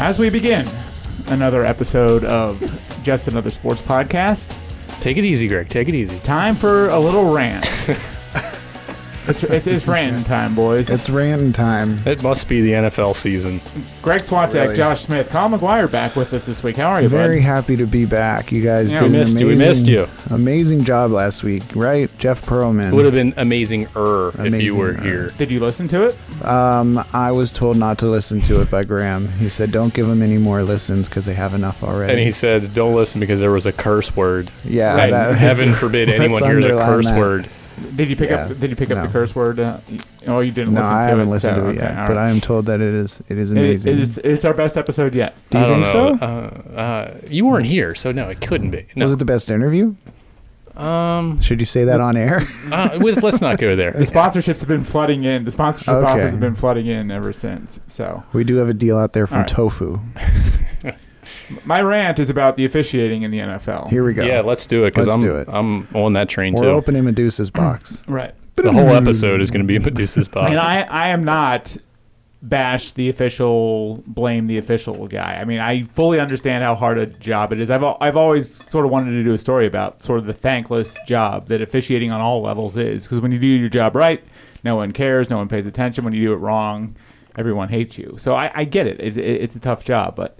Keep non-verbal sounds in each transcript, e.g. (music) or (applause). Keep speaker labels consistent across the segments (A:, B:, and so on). A: as we begin another episode of Just Another Sports Podcast,
B: Take it easy, Greg. Take it easy.
A: time for a little rant.
C: (laughs)
A: it's, it's, it's ranting time, boys.
C: It's random time.
B: It must be the NFL season.
A: Greg Swatek,
C: Really?
A: Josh Smith, Colin McGuire back with us this week. How are you,
C: Very
A: bud?
C: happy to be back. You guys
A: Yeah,
C: did
A: we
C: an
B: missed
C: amazing,
B: you. We missed you.
C: Amazing job last week, right, Jeff Perlman?
B: It would have been amazing er if you were
C: Amazing-er.
B: here.
A: Did you listen to it?
C: Um, I was told not to listen to it by Graham. He said, "Don't give them any more listens because they have enough already."
B: And he said, "Don't listen because there was a curse word."
C: yeah,
B: And
C: that- (laughs)
B: heaven forbid
C: let's
B: anyone hears a
C: underline
B: curse
C: that.
B: word.
A: Did you pick
C: Yeah.
A: up? Did you pick up
C: No.
A: the curse word? Uh, y- oh, you didn't
C: No,
A: listen to
C: I
A: it.
C: haven't listened
A: so,
C: to it
A: okay,
C: yet,
A: all
C: but
A: right.
C: I am told that it is it is
A: It-
C: amazing.
A: it is, it's our best episode yet.
C: Do you
B: I don't
C: think
B: know.
C: so?
B: Uh, uh, you weren't here, so no, it couldn't be. No.
C: Was it the best interview?
B: um,
C: Should you say that on air? (laughs)
B: uh, with, let's not go there.
A: The sponsorships have been flooding in. The sponsorship
C: Okay.
A: offers have been flooding in ever since. So
C: we do have a deal out there from
A: All right.
C: Tofu.
A: my rant is about the officiating in the NFL.
C: Here we go.
B: Yeah, let's do it because
C: Let's
B: I'm
C: do it.
B: I'm on that train
C: We're
B: too.
C: opening Medusa's box.
A: right.
B: The whole episode is going to be (laughs)
C: (laughs)
B: Medusa's box.
A: And I, I am not bash the official, blame the official guy. I mean, I fully understand how hard a job it is. I've, al- I've always sort of wanted to do a story about sort of the thankless job that officiating on all levels is. Because when you do your job right, no one cares, no one pays attention. When you do it wrong, everyone hates you. So I, I get it. It, it. It's a tough job, but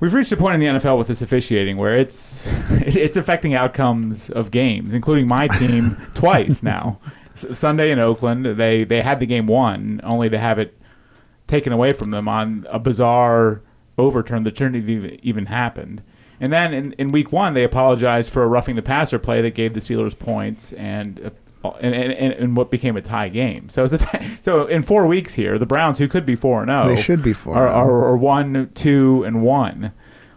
A: we've reached a point in the NFL with this officiating where it's (laughs) it's affecting outcomes of games, including my
C: (laughs)
A: team twice now. S- Sunday in Oakland, they they had the game won, only to have it taken away from them on a bizarre overturn that shouldn't have even- even happened. And then in, in week one, they apologized for a roughing the passer play that gave the Steelers points and uh, and, and, and, and what became a tie game. So (laughs) it's a- so in four weeks here, the Browns, who could be four and zero,
C: They should be 4
A: are,
C: and oh. 0.
A: are, are one, two, and one,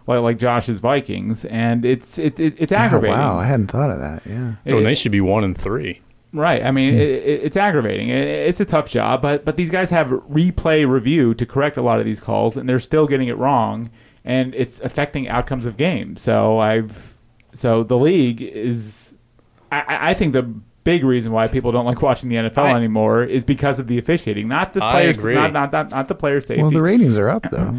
A: like like Josh's Vikings, and it's it's it, it's
C: Oh,
A: aggravating.
C: wow, I hadn't thought of that. Yeah.
B: oh, and they should be one and three.
A: Right. I
C: Hmm.
A: mean, it, it, it's aggravating. It, it's a tough job, but but these guys have replay review to correct a lot of these calls, and they're still getting it wrong, and it's affecting outcomes of games. So I've so the league is, I- I, I think the big reason why people don't like watching the NFL
B: I-
A: anymore is because of the officiating, not the
B: I
A: players,
B: agree.
A: not not not, not the player safety.
C: Well, the ratings are up though.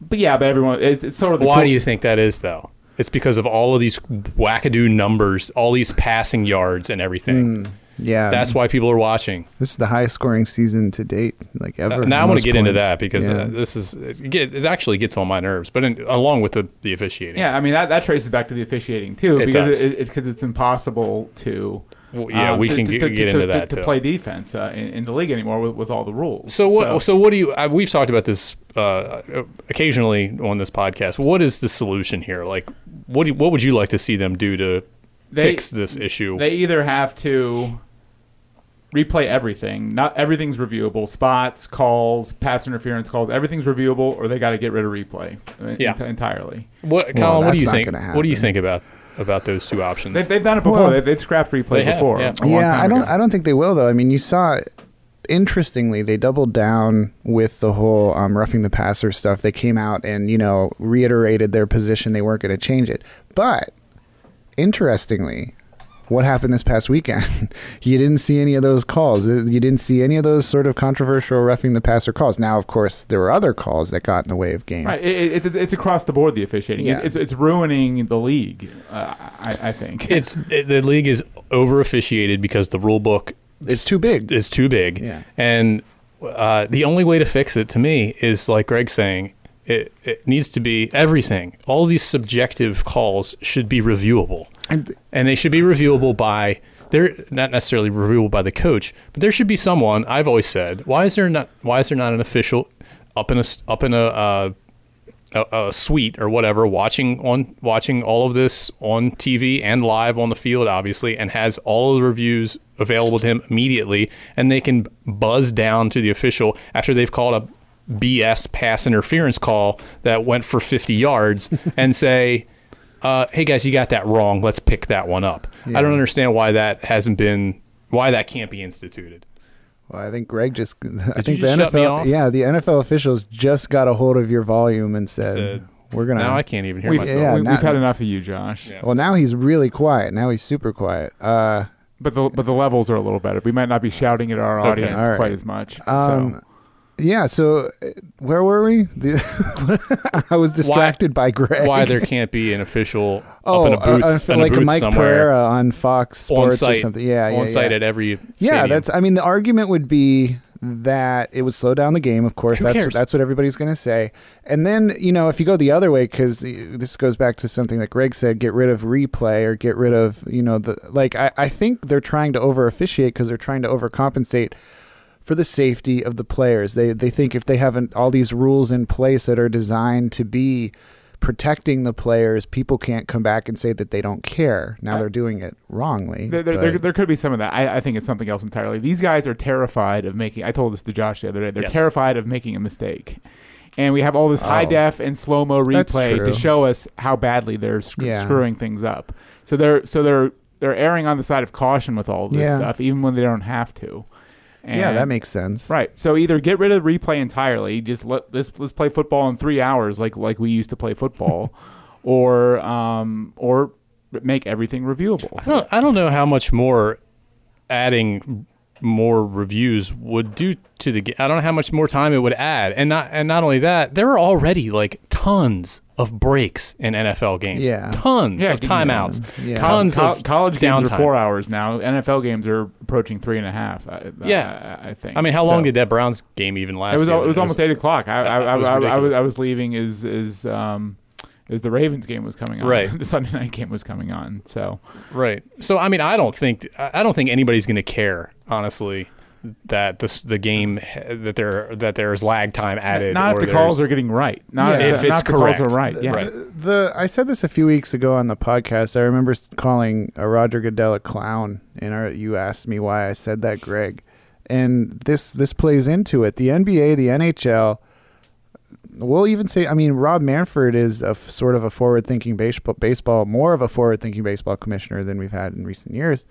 A: but yeah, but everyone, it's, it's sort of the
B: Why
A: cool-
B: do you think that is, though? It's because of all of these wackadoo numbers, all these passing yards, and everything.
C: Hmm. Yeah.
B: That's why people are watching.
C: This is the highest scoring season to date, like ever.
B: now I want
C: Most
B: to get into
C: points.
B: that because
C: Yeah.
B: uh, this is it, get, it actually gets on my nerves, but in, along with the, the officiating.
A: Yeah, I mean that, that traces back to the officiating too,
B: It
A: because
B: does.
A: it, it's because it's impossible to.
B: Well, yeah, we
A: to-
B: can
A: to-
B: get-
A: to-
B: get
A: to-
B: into
A: to-
B: that,
A: to
B: too.
A: play defense uh, in, in the league anymore with, with all the rules.
B: So what? So, what do you? I, we've talked about this uh, occasionally on this podcast. What is the solution here? Like, what do you, what would you like to see them do to
A: They-
B: fix this issue?
A: They either have to replay everything. Not everything's reviewable. Spots, calls, pass interference calls, everything's reviewable, or they got to get rid of replay uh,
B: Yeah.
A: ent- entirely.
B: what, Colin?
C: Well,
B: what do
C: that's
B: you
C: not
B: think?
C: gonna
B: What do you
C: happen.
B: think about about those two options?
A: They, they've done it before.
C: Well,
A: they, they've scrapped replay
B: they have,
A: before.
B: yeah.
A: a long
C: yeah,
A: time
C: I don't.
A: ago.
C: I don't think they will though. I mean, you saw. Interestingly, they doubled down with the whole um, roughing the passer stuff. They came out and you know reiterated their position. They weren't going to change it. But interestingly, what happened this past weekend? (laughs) you didn't see any of those calls. Uh, You didn't see any of those sort of controversial roughing the passer calls. Now, of course, there were other calls that got in the way of games.
A: Right, it, it, it's across the board the officiating.
C: Yeah.
A: It, it's, it's ruining the league. Uh, I, I think
B: it's it, the league is over officiated because the rule book
C: It's too big.
B: is too big.
C: Yeah.
B: And uh, the only way to fix it to me is like Greg's saying, it, it needs to be everything. All these subjective calls should be reviewable.
C: And-
B: And, they should be reviewable by, they're not necessarily reviewable by the coach, but there should be someone, I've always said, why is there not, why is there not an official up in a, s- up in a, uh, a, a suite or whatever watching on watching all of this on TV and live on the field obviously and has all of the reviews available to him immediately and they can buzz down to the official after they've called a BS pass interference call that went for 50 yards and say uh, hey guys you got that wrong let's pick that one up I don't understand why that hasn't been why that can't be instituted
C: Well, I think Greg just. (laughs) I
B: you
C: think
B: just
C: the
B: shut
C: NFL.
B: me off?
C: Yeah, the NFL officials just got a hold of your volume and said,
B: Said,
C: "We're gonna."
B: now I can't even hear
A: we've,
B: myself
C: yeah.
A: we,
C: now-
A: have had enough of you, Josh.
B: Yeah.
C: (laughs) well, now he's really quiet. Now he's super quiet. Uh,
A: But the but the levels are a little better. We might not be shouting at our
B: Okay.
A: audience
C: All right.
A: quite as much.
C: um,
A: so
C: yeah. So uh, where were we? The- (laughs) I was distracted by Greg.
B: Why there can't be an official
C: (laughs) Oh,
B: up in a booth,
C: uh, uh,
B: in a
C: like
B: booth
C: Mike
B: somewhere
C: Pereira on Fox
B: on
C: uh, Sports
B: site
C: or something. Yeah, yeah,
B: on site
C: yeah.
B: at every
C: Yeah,
B: stadium.
C: that's. I mean, the argument would be that it would slow down the game. Of course,
B: Who
C: that's
B: cares?
C: that's what everybody's going to say. And then you know, if you go the other way, because this goes back to something that Greg said: get rid of replay or get rid of you know the like. I, I think they're trying to over officiate because they're trying to overcompensate for the safety of the players. They they think if they haven't all these rules in place that are designed to be protecting the players, people can't come back and say that they don't care. Now they're doing it wrongly.
A: There, there,
C: but-
A: there, there could be some of that. I, I think it's something else entirely. These guys are terrified of making. I told this to Josh the other day. They're
B: Yes.
A: terrified of making a mistake, and we have all this high
C: Oh.
A: def and slow mo
C: That's
A: replay to
C: true.
A: show us how badly they're sc-
C: Yeah.
A: screwing things up. So they're so they're they're erring on the side of caution with all this
C: Yeah.
A: stuff, even when they don't have to.
C: yeah, that
A: And-
C: makes sense.
A: Right. So either get rid of replay entirely, just let let's let's play football in three hours like like we used to play
B: (laughs)
A: football, or um or make everything reviewable.
B: I don't, I don't know how much more adding more reviews would do to the game. I don't know how much more time it would add. And not and not only that, there are already like tons of breaks in NFL games.
C: Yeah.
B: Tons
A: Yeah,
B: of timeouts.
C: yeah. Yeah.
B: Tons
A: Col-
B: of
A: college games
B: downtime.
A: are four hours now. NFL games are approaching three and a half. I,
B: Yeah.
A: I, I think.
B: I mean, how long
A: So-
B: did that Browns game even last?
A: it was?
B: the
A: al-
B: other
A: It was
B: day?
A: almost eight o'clock. I I, I,
B: It was
A: I, I was
B: ridiculous.
A: I was leaving as as um as the Ravens game was coming on.
B: Right.
A: (laughs) the Sunday night game was coming on. So
B: Right. So I mean, I don't think I I don't think anybody's going to care, honestly, that this the game that there that there's lag time added.
A: not
B: or
A: if the
B: there's-
A: calls are getting right. Not
C: Yeah.
A: if,
B: If it's
A: not the calls are
B: correct.
A: right. Yeah.
B: Right.
C: The I said this a few weeks ago on the podcast. I remember s- calling uh, Roger Goodell a clown, and our, you asked me why I said that, Greg. And this this plays into it. The NBA, the NHL. We'll even say, I mean, Rob Manfred is a f- sort of a forward-thinking baseball, baseball, more of a forward-thinking baseball commissioner than we've had in recent years.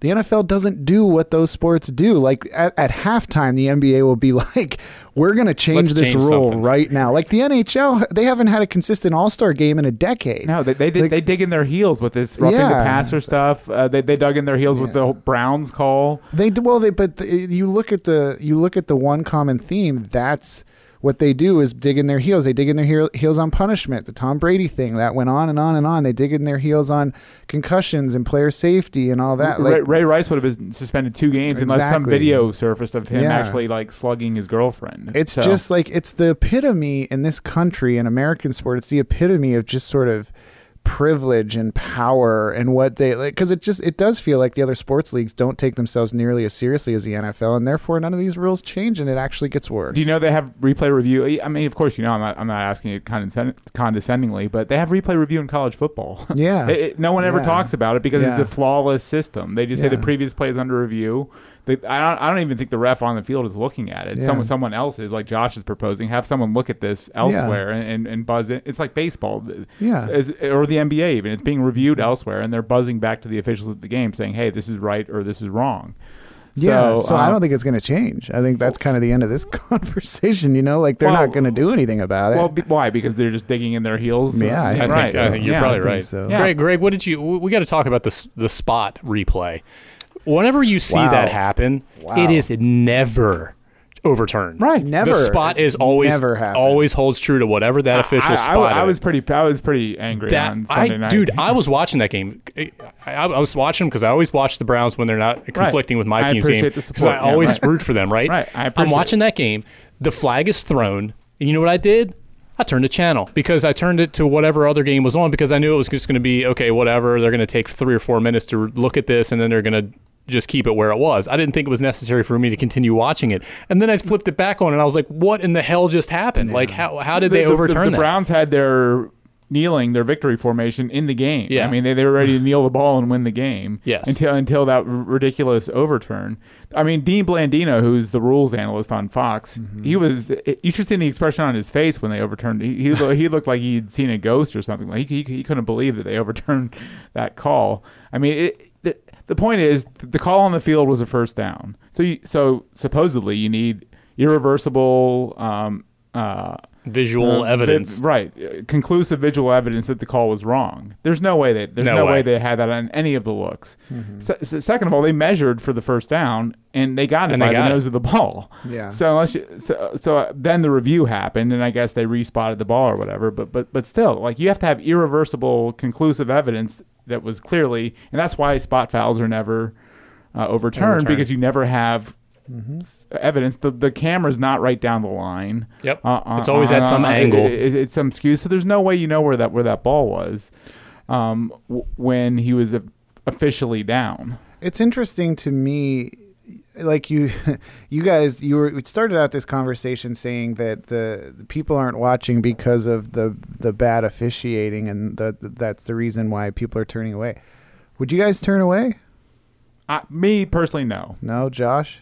C: The NFL doesn't do what those sports do. Like at, at halftime, the NBA will be (laughs) like, "We're going to change
B: Let's
C: this
B: change
C: rule
B: something."
C: right now." Like the NHL, they haven't had a consistent All Star game in a decade.
A: No, they they, did,
C: Like-
A: they dig in their heels with this roughing the
C: Yeah.
A: passer stuff. Uh, they they dug in their heels with
C: Yeah.
A: the whole Browns call.
C: They do well. They but the, you look at the you look at the one common theme. That's what they do is dig in their heels. They dig in their heel, heels on punishment. The Tom Brady thing that went on and on and on. They dig in their heels on concussions and player safety and all that.
A: Ray,
C: Like
A: Ray Rice would have been suspended two games unless some
C: Exactly.
A: video surfaced of him
C: Yeah.
A: actually like slugging his girlfriend.
C: It's
A: So-
C: just like it's the epitome in this country in American sport. It's the epitome of just sort of privilege and power and what they like because it just it does feel like the other sports leagues don't take themselves nearly as seriously as the NFL and therefore none of these rules change and it actually gets worse.
A: Do you know they have replay review? I mean, of course you know. I'm not. I'm not asking it condescend- condescendingly, but they have replay review in college football.
C: (laughs) Yeah.
A: It- it- no one ever
C: Yeah.
A: talks about it because it's
C: Yeah.
A: a flawless system. They just say the
C: Yeah.
A: previous play is under review. They, I don't. I don't even think the ref on the field is looking at it.
C: Yeah.
A: Someone, someone else is like Josh is proposing. Have someone look at this elsewhere and, and, and buzz it. It's like baseball.
C: Yeah.
A: It's- it's- or the NBA even. It's being reviewed elsewhere, and they're buzzing back to the officials of the game saying, "Hey, this is right or this is wrong."
C: yeah, so I
A: um,
C: don't think it's going to change. I think that's kind of the end of this (laughs) conversation. You know, like they're
A: Well-
C: not going to do anything about it.
A: Well, be, why? Because they're just digging in their heels.
C: Yeah, I
B: I think,
C: Right.
B: so. I think you're
A: Yeah.
B: probably
C: I think
B: right.
C: so.
A: Yeah.
B: Greg, Greg, what did you? We got to talk about this the spot replay. Whenever you see
C: Wow.
B: that happen,
C: Wow.
B: it is never overturned.
A: Right.
C: Never.
B: The spot is always
C: Never happened.
B: always holds true to whatever that official
A: I, I-
B: spot.
A: I,
B: is.
A: was pretty. I was pretty angry on
B: that I,
A: Sunday night,
B: dude, I was watching that game. I, I- I was watching them because I always watch the Browns when they're not conflicting with my
A: I
B: team's
A: appreciate
B: game
A: the
B: because
A: support.
B: I
A: Yeah,
B: always
A: right.
B: root for them. Right.
A: Right. I
B: am
A: appreciate
B: watching that game. The flag is thrown, and you know what I did? I turned the channel because I turned it to whatever other game was on because I knew it was just going to be okay. Whatever. They're going to take three or four minutes to look at this, and then they're going to. Just keep it where it was. I didn't think it was necessary for me to continue watching it, and then I flipped it back on, and I was like, "What in the hell just happened? Like, how how did they
A: The- the-
B: overturn
A: the,
B: that?"
A: Browns had their kneeling, their victory formation in the game.
B: Yeah.
A: I mean they, they were ready to kneel the ball and win the game.
B: Yes.
A: until until that r- ridiculous overturn. I mean Dean Blandino, who's the rules analyst on Fox,
B: Mm-hmm.
A: he was. You should see the expression on his face when they overturned. He he, lo- he looked like he'd seen a ghost or something. Like he, he couldn't believe that they (laughs) overturned that call. I mean it. The, the point is, th- the call on the field was a first down. So, you, so supposedly you need irreversible um, uh,
B: visual
A: Uh,
B: evidence.
A: vi- right. uh, Conclusive visual evidence that the call was wrong. There's no way that there's
B: No
A: no,
B: way.
A: way. they had that on any of the looks. Se- se- second of all, they measured for the first down and they got it
B: And they
A: by
B: got
A: the
B: it.
A: nose of the ball.
C: Yeah.
A: So unless you, so, so uh, then the review happened and I guess they respotted the ball or whatever. But but but still, like you have to have irreversible, conclusive evidence that was clearly, and that's why spot fouls are never uh, overturned
B: Overturned.
A: because you never have. Evidence. The the camera's not right down the line.
B: Yep.
A: Uh, uh,
B: It's always at some
A: uh,
B: angle.
A: It, it- it's some skew. So there's no way you know where that where that ball was um, w- when he was o- officially down.
C: It's interesting to me like you (laughs) you guys you were it started out this conversation saying that the, the people aren't watching because of the the bad officiating and that that's the reason why people are turning away. Would you guys turn away?
A: I, me personally, no.
C: No, Josh?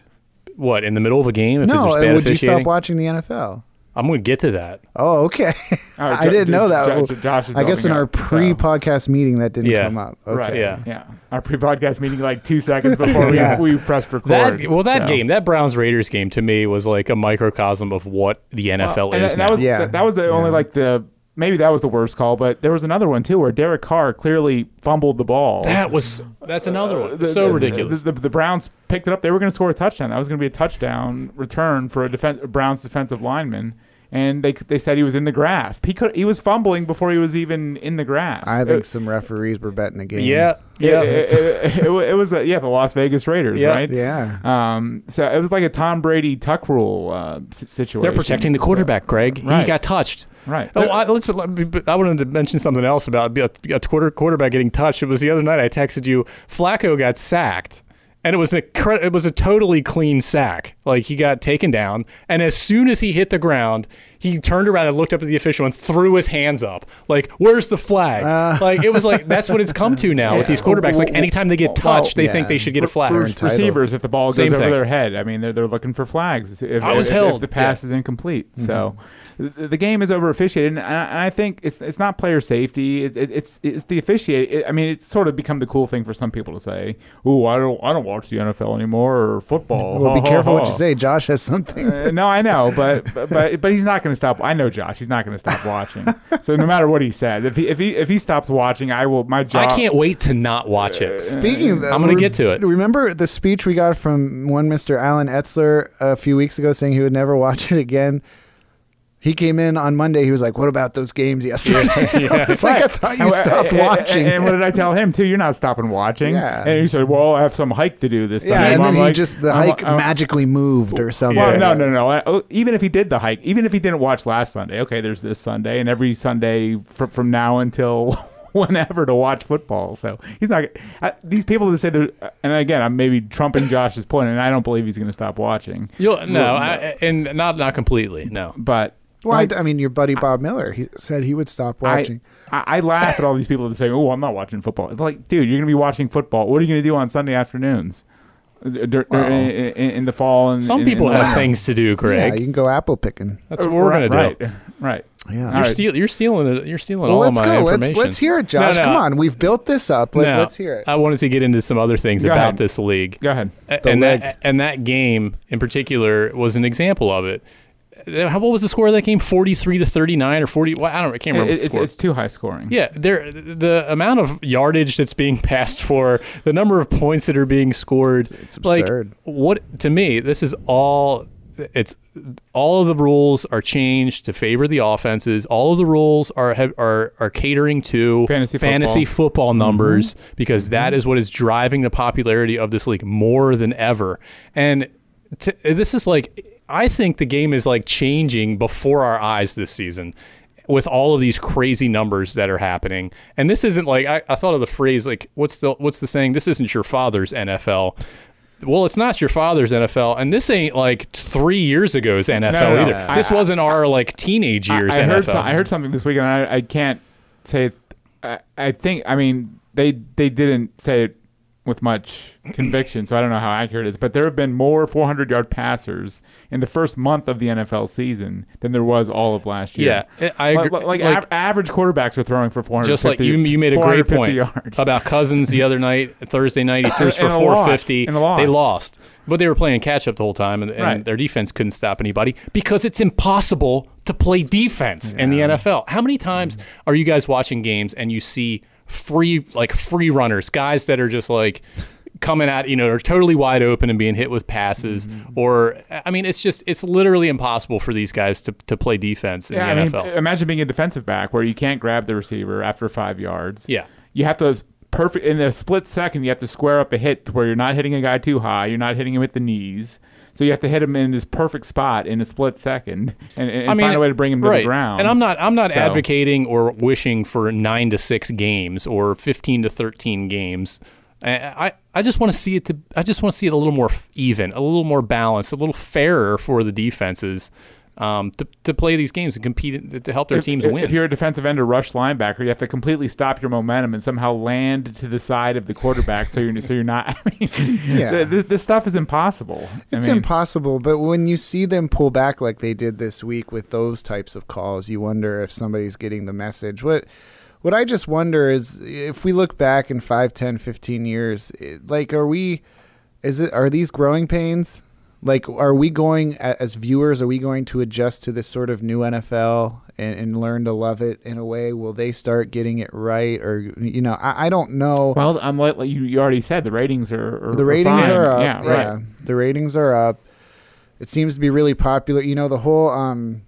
B: what in the middle of a game? If
C: no,
B: there's
C: uh,
B: bad
C: would you
B: officiating,
C: stop watching the NFL?
B: I'm going to get to that.
C: Oh, okay.
A: All right,
C: (laughs) I
A: Jo-
C: didn't
A: Jo-
C: know that.
A: Jo- Jo- Josh is
C: I guess in
A: building
C: our
A: up, so-
C: pre-podcast meeting that didn't
B: Yeah.
C: come up. Okay.
A: Right.
B: Yeah.
A: Yeah. Yeah. Our pre-podcast meeting, like two seconds before
C: (laughs) Yeah.
A: we, we pressed record.
B: That well,
A: so.
B: that game, that Browns Raiders game, to me was like a microcosm of what the NFL
A: Well, uh, and
B: is
A: that,
B: now.
A: that was
C: Yeah.
A: that, that was the only
C: Yeah.
A: like the maybe that was the worst call, but there was another one too where Derek Carr clearly fumbled the ball.
B: That was that's another one.
A: The-
B: so
A: the-
B: ridiculous.
A: The, the, the Browns picked it up. They were going to score a touchdown. That was going to be a touchdown return for a defen a Browns defensive lineman, and they they said he was in the grasp. He could he was fumbling before he was even in the grasp.
C: I think
A: It,
C: some referees were betting the game.
B: yeah,
A: yeah,
B: yeah.
A: it, it, it, it was uh, yeah the Las Vegas Raiders,
B: Yeah.
A: right?
C: Yeah.
A: Um, so it was like a Tom Brady tuck rule uh, s- situation.
B: They're protecting the quarterback, Greg. He
A: Right.
B: got touched.
A: Right.
B: Oh, I, let's. but I wanted to mention something else about a a quarter quarterback getting touched. It was the other night. I texted you. Flacco got sacked, and it was a cre- it was a totally clean sack. Like he got taken down, and as soon as he hit the ground, he turned around and looked up at the official and threw his hands up. Like, where's the flag? like it was like that's what it's come to now with these quarterbacks. Like anytime they get
A: Well,
B: touched, they think they
C: yeah.
B: should get a flag.
A: Re-
C: entitled.
A: receivers if the ball goes
B: Same
A: over
B: thing.
A: their head. I mean, they're they're looking for flags. If,
B: I was
A: if-
B: held.
A: if the pass is incomplete. So th- the game is over officiated, and I, and I think it's it's not player safety. It, it, it's it's the officiate. It, I mean, it's sort of become the cool thing for some people to say, "Ooh, I don't I don't watch the NFL anymore or football."
C: Well,
A: Ha,
C: be
A: ha,
C: careful what
A: ha."
C: you say. Josh has something.
A: Uh, no, I know, but (laughs) but- but but he's not going to stop. I know Josh. He's not going to stop watching. so no matter what he says, if he if he if he stops watching, I will. My
B: I
A: job.
B: can't wait to not watch it.
C: Speaking, of,
B: I'm gonna
C: re-
B: get to it.
C: Remember the speech we got from one Mr. Alan Etzler a few weeks ago, saying he would never watch it again. He came in on Monday. He was like, "What about
B: (laughs)
C: those games yesterday?" it's like (laughs) I thought you
A: And-
C: stopped
A: and- and-
C: watching.
A: And, what did I tell him too? You're not stopping watching.
C: Yeah.
A: And he said, "Well, I have some hike to do this."
C: (laughs) yeah,
A: time."
C: and
A: I'm
C: then he
A: like,
C: just the
A: I'm-
C: hike
A: I'm-
C: magically moved or something.
A: Well, no, no, no. I- oh, Even if he did the hike, even if he didn't watch last Sunday, okay, there's this Sunday, and every Sunday from, from now until (laughs) whenever to watch football. So he's not. I, these people that say they're, and again, I'm maybe trumping Josh's point, and I don't believe he's going to stop watching.
B: You'll, no, I, and not not completely. No.
A: But
C: Well, I, I mean, your buddy Bob Miller, he said he would stop watching.
A: I, I, I laugh at all these people that say, "Oh, I'm not watching football." It's like, dude, you're gonna be watching foppball. What are you gonna do on Sunday afternoons? Uh, dur- dur- in, in- in the fall, and
B: Some
A: and-
B: people
A: and-
B: have things to do, Greg.
C: yeah, you can go apple picking.
B: That's what we're
A: right,
B: gonna do.
A: Right, right.
C: Yeah.
A: All
B: You're,
A: right.
B: steal, you're stealing it. You're stealing
C: Well,
B: all
C: let's
B: my
C: go. Let's
B: information.
C: let's hear it,
B: No,
C: Josh.
B: no,
C: Come on, we've built this up. Let,
B: no.
C: let's hear it.
B: I wanted to get into some other things
A: Go
B: about
A: ahead.
B: this league.
A: Go ahead.
B: A-
C: The
B: and
C: leg.
B: that and that game in particular was an example of it. Uh, How what was the score of that game? Forty three to thirty nine or forty? Well, I don't. I can't
A: It-
B: remember the
A: it's,
B: score.
A: it's too high scoring.
B: yeah, there the amount of yardage that's being (laughs) passed for, the number of points that are being scored. It's,
C: absurd.
B: Like, what to me, this is all. It's all of the rules are changed to favor the offenses. All of the rules are have, are are catering to
A: Fantasy
B: fantasy football
A: Mm-hmm.
B: numbers because that is what is driving the popularity of this league more than ever. And t- this is like, I think the game is like changing before our eyes this season with all of these crazy numbers that are happening. And this isn't like I, I thought of the phrase like what's the what's the saying? This isn't your father's NFL. Well, it's not your father's NFL, and this ain't like three years ago's NFL
A: no, no.
B: either.
A: I-
B: This wasn't our like teenage
A: I,
B: years
A: I
B: NFL.
A: heard some, I heard something this weekend. And I, I can't say. it- I, I think. I mean, they they didn't say it with much conviction, so I don't know how accurate it is. But there have been more 400 yard passers in the first month of the NFL season than there was all of last year.
B: Yeah, I I
A: Like,
B: agree.
A: like,
B: Like-
A: av- average quarterbacks are throwing for 450.
B: just like you, you made a great
A: 450
B: point
A: yards.
B: about Cousins the other night, Thursday
A: (laughs)
B: night. He throws for
A: And a loss.
B: 450.
A: And a loss.
B: They lost, but they were playing catch up the whole time, and, and
A: Right.
B: their defense couldn't stop anybody because it's impossible to play defense in the NFL. How many times
A: Mm.
B: are you guys watching games and you see free like free runners, guys that are just like coming at you know are totally wide open and being hit with passes
A: Mm-hmm.
B: or i mean it's just it's literally impossible for these guys to, to play defense in
A: yeah,
B: the
A: I mean,
B: nfl
A: imagine being a defensive back where you can't grab the receiver after five yards.
B: Yeah.
A: you have to perfect in a split second. You have to square up a hit to where you're not hitting a guy too high. You're not hitting him at the knees. So you have to hit him in this perfect spot in a split second, (laughs) and, and find a way to bring him to
B: right.
A: the ground.
B: And I'm not I'm not
A: So-
B: advocating or wishing for nine to six games or fifteen to thirteen games. I I, I just want to see it to I just want to see it a little more f- even, a little more balanced, a little fairer for the defenses. Um, to, to play these games and compete in- to help their
A: If-
B: teams
A: if,
B: win.
A: If you're a defensive end or rush linebacker, you have to completely stop your momentum and somehow land to the side of the quarterback. so you're so you're not. (laughs) I mean,
C: Yeah.
A: th- th- this stuff is impossible. I
C: It's
A: mean,
C: impossible, but when you see them pull back like they did this week with those types of calls, you wonder if somebody's getting the message. What what I just wonder is if we look back in 5, 10, 15 years, it- like are we is it are these growing pains? Like are we going a- as viewers are we going to adjust to this sort of new NFL and, and learn to love it in a way? Will they start getting it right or you know, I, I don't know.
A: Well, I'm like like you, you already said the ratings are, are
C: the
A: are
C: ratings
A: fine.
C: are up.
A: Yeah,
C: Yeah,
A: right.
C: the ratings are up. It seems to be really popular. You know, the whole um,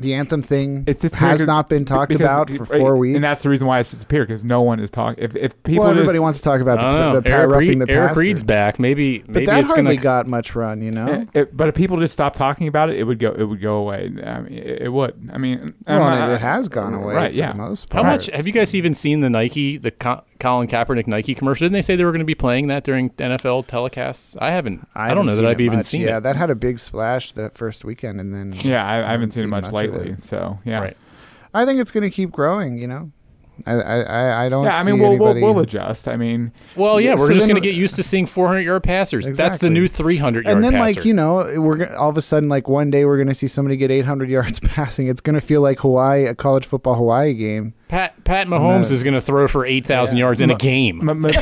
C: the anthem thing
A: It's just
C: has
A: weird 'cause-
C: not been talked
A: because-
C: about for
A: right,
C: four weeks.
A: and that's the reason why it's disappeared because no one is talking. If if people,
C: well, everybody
A: just-
C: wants to talk about
B: I don't know.
C: the, the, pa-
B: Eric,
C: roughing
B: Reed-
C: the
B: Eric
C: passer.
B: Reed's back. Maybe
C: but
B: maybe
C: that
B: it's gonna
C: hardly got much run. You know,
A: It, eh, but if people just stop talking about it, it would go. It would go away. I mean, it, it would. I mean, I'm
C: well,
A: not-
C: and it has gone away
A: Right?
C: for
A: yeah.
C: the most
B: How
C: part.
B: much have you guys even seen the Nike, the Co- Colin Kaepernick Nike commercial? Didn't they say they were going to be playing that during NFL telecasts? I haven't. I,
C: haven't
B: don't know that
C: seen
B: I've
C: it
B: even
C: much.
B: seen
C: Yeah,
B: it.
C: that had a big splash that first weekend, and then
A: Yeah, I, I haven't seen,
C: seen
A: much,
C: much of
A: lately.
C: it.
A: So yeah,
B: Right.
C: I think it's going to keep growing. You know, I I, I, I don't.
A: yeah. I mean,
C: see
A: we'll, we'll
C: anybody-
A: we'll adjust. I mean,
B: Well, yeah,
C: Yeah,
B: we're
C: so
B: just
C: then-
B: going to get used to seeing 400 yard passers. That's the
C: Exactly.
B: new 300 yard
C: and then
B: passer.
C: like you know we're gonna, all of a sudden like one day we're gonna see somebody get 800 (laughs) yards passing it's gonna feel like hawaii a college football hawaii game
B: Pat Pat Mahomes
C: No.
B: is going to throw for 8,000
C: Yeah.
B: yards in a
A: Ma-
B: game.
A: M-
C: (laughs)
A: M-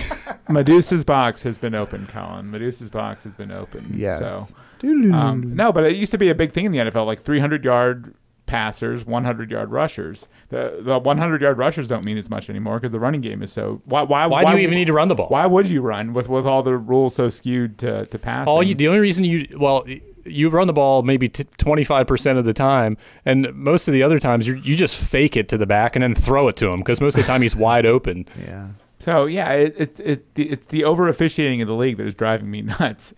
A: Medusa's box has been open, Colin. Medusa's box has been open.
C: yes
A: So
C: Doo-doo.
B: Uh,
A: Um, no, but it used to be a big thing in the NFL, like 300 yard passers, 100 yard rushers. The the 100 yard rushers don't mean as much anymore because the running game is so. Why why
B: Why, do you even need to run the ball?
A: Why would you run with with all the rules so skewed to to pass?
B: All you, the only reason you well y- you run the ball maybe t- 25% of the time and most of the other times you you just fake it to the back and then throw it to him because most of the time he's wide
C: (laughs)
B: open.
C: yeah
A: So yeah, it, it, it the- it's the over officiating of the league that is driving me (laughs) nuts.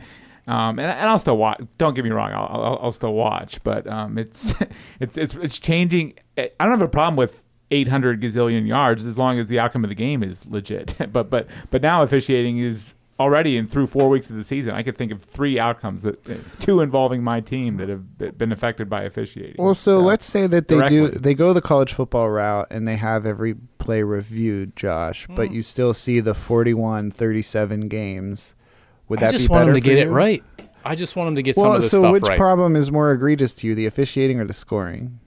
A: Um, and, and I'll still watch. Don't get me wrong. I'll, I'll, I'll still watch, but um, it's (laughs) it's it's it's changing. I don't have a problem with 800 gazillion yards as long as the outcome of the game is legit. (laughs) but but but now officiating is already in through four weeks of the season. I could think of three outcomes that uh, two involving my team that have been affected by officiating.
C: well so let's say that they do
A: directly.
C: they go the college football route and they have every play reviewed josh
B: Hmm.
C: but you still see the 41 37 games would that
B: I just
C: be
B: want
C: better
B: him to
C: for
B: get it
C: you?
B: right. I just want him to get some
C: well
B: of this
C: so
B: stuff
C: which
B: right.
C: problem is more egregious to you the officiating or the scoring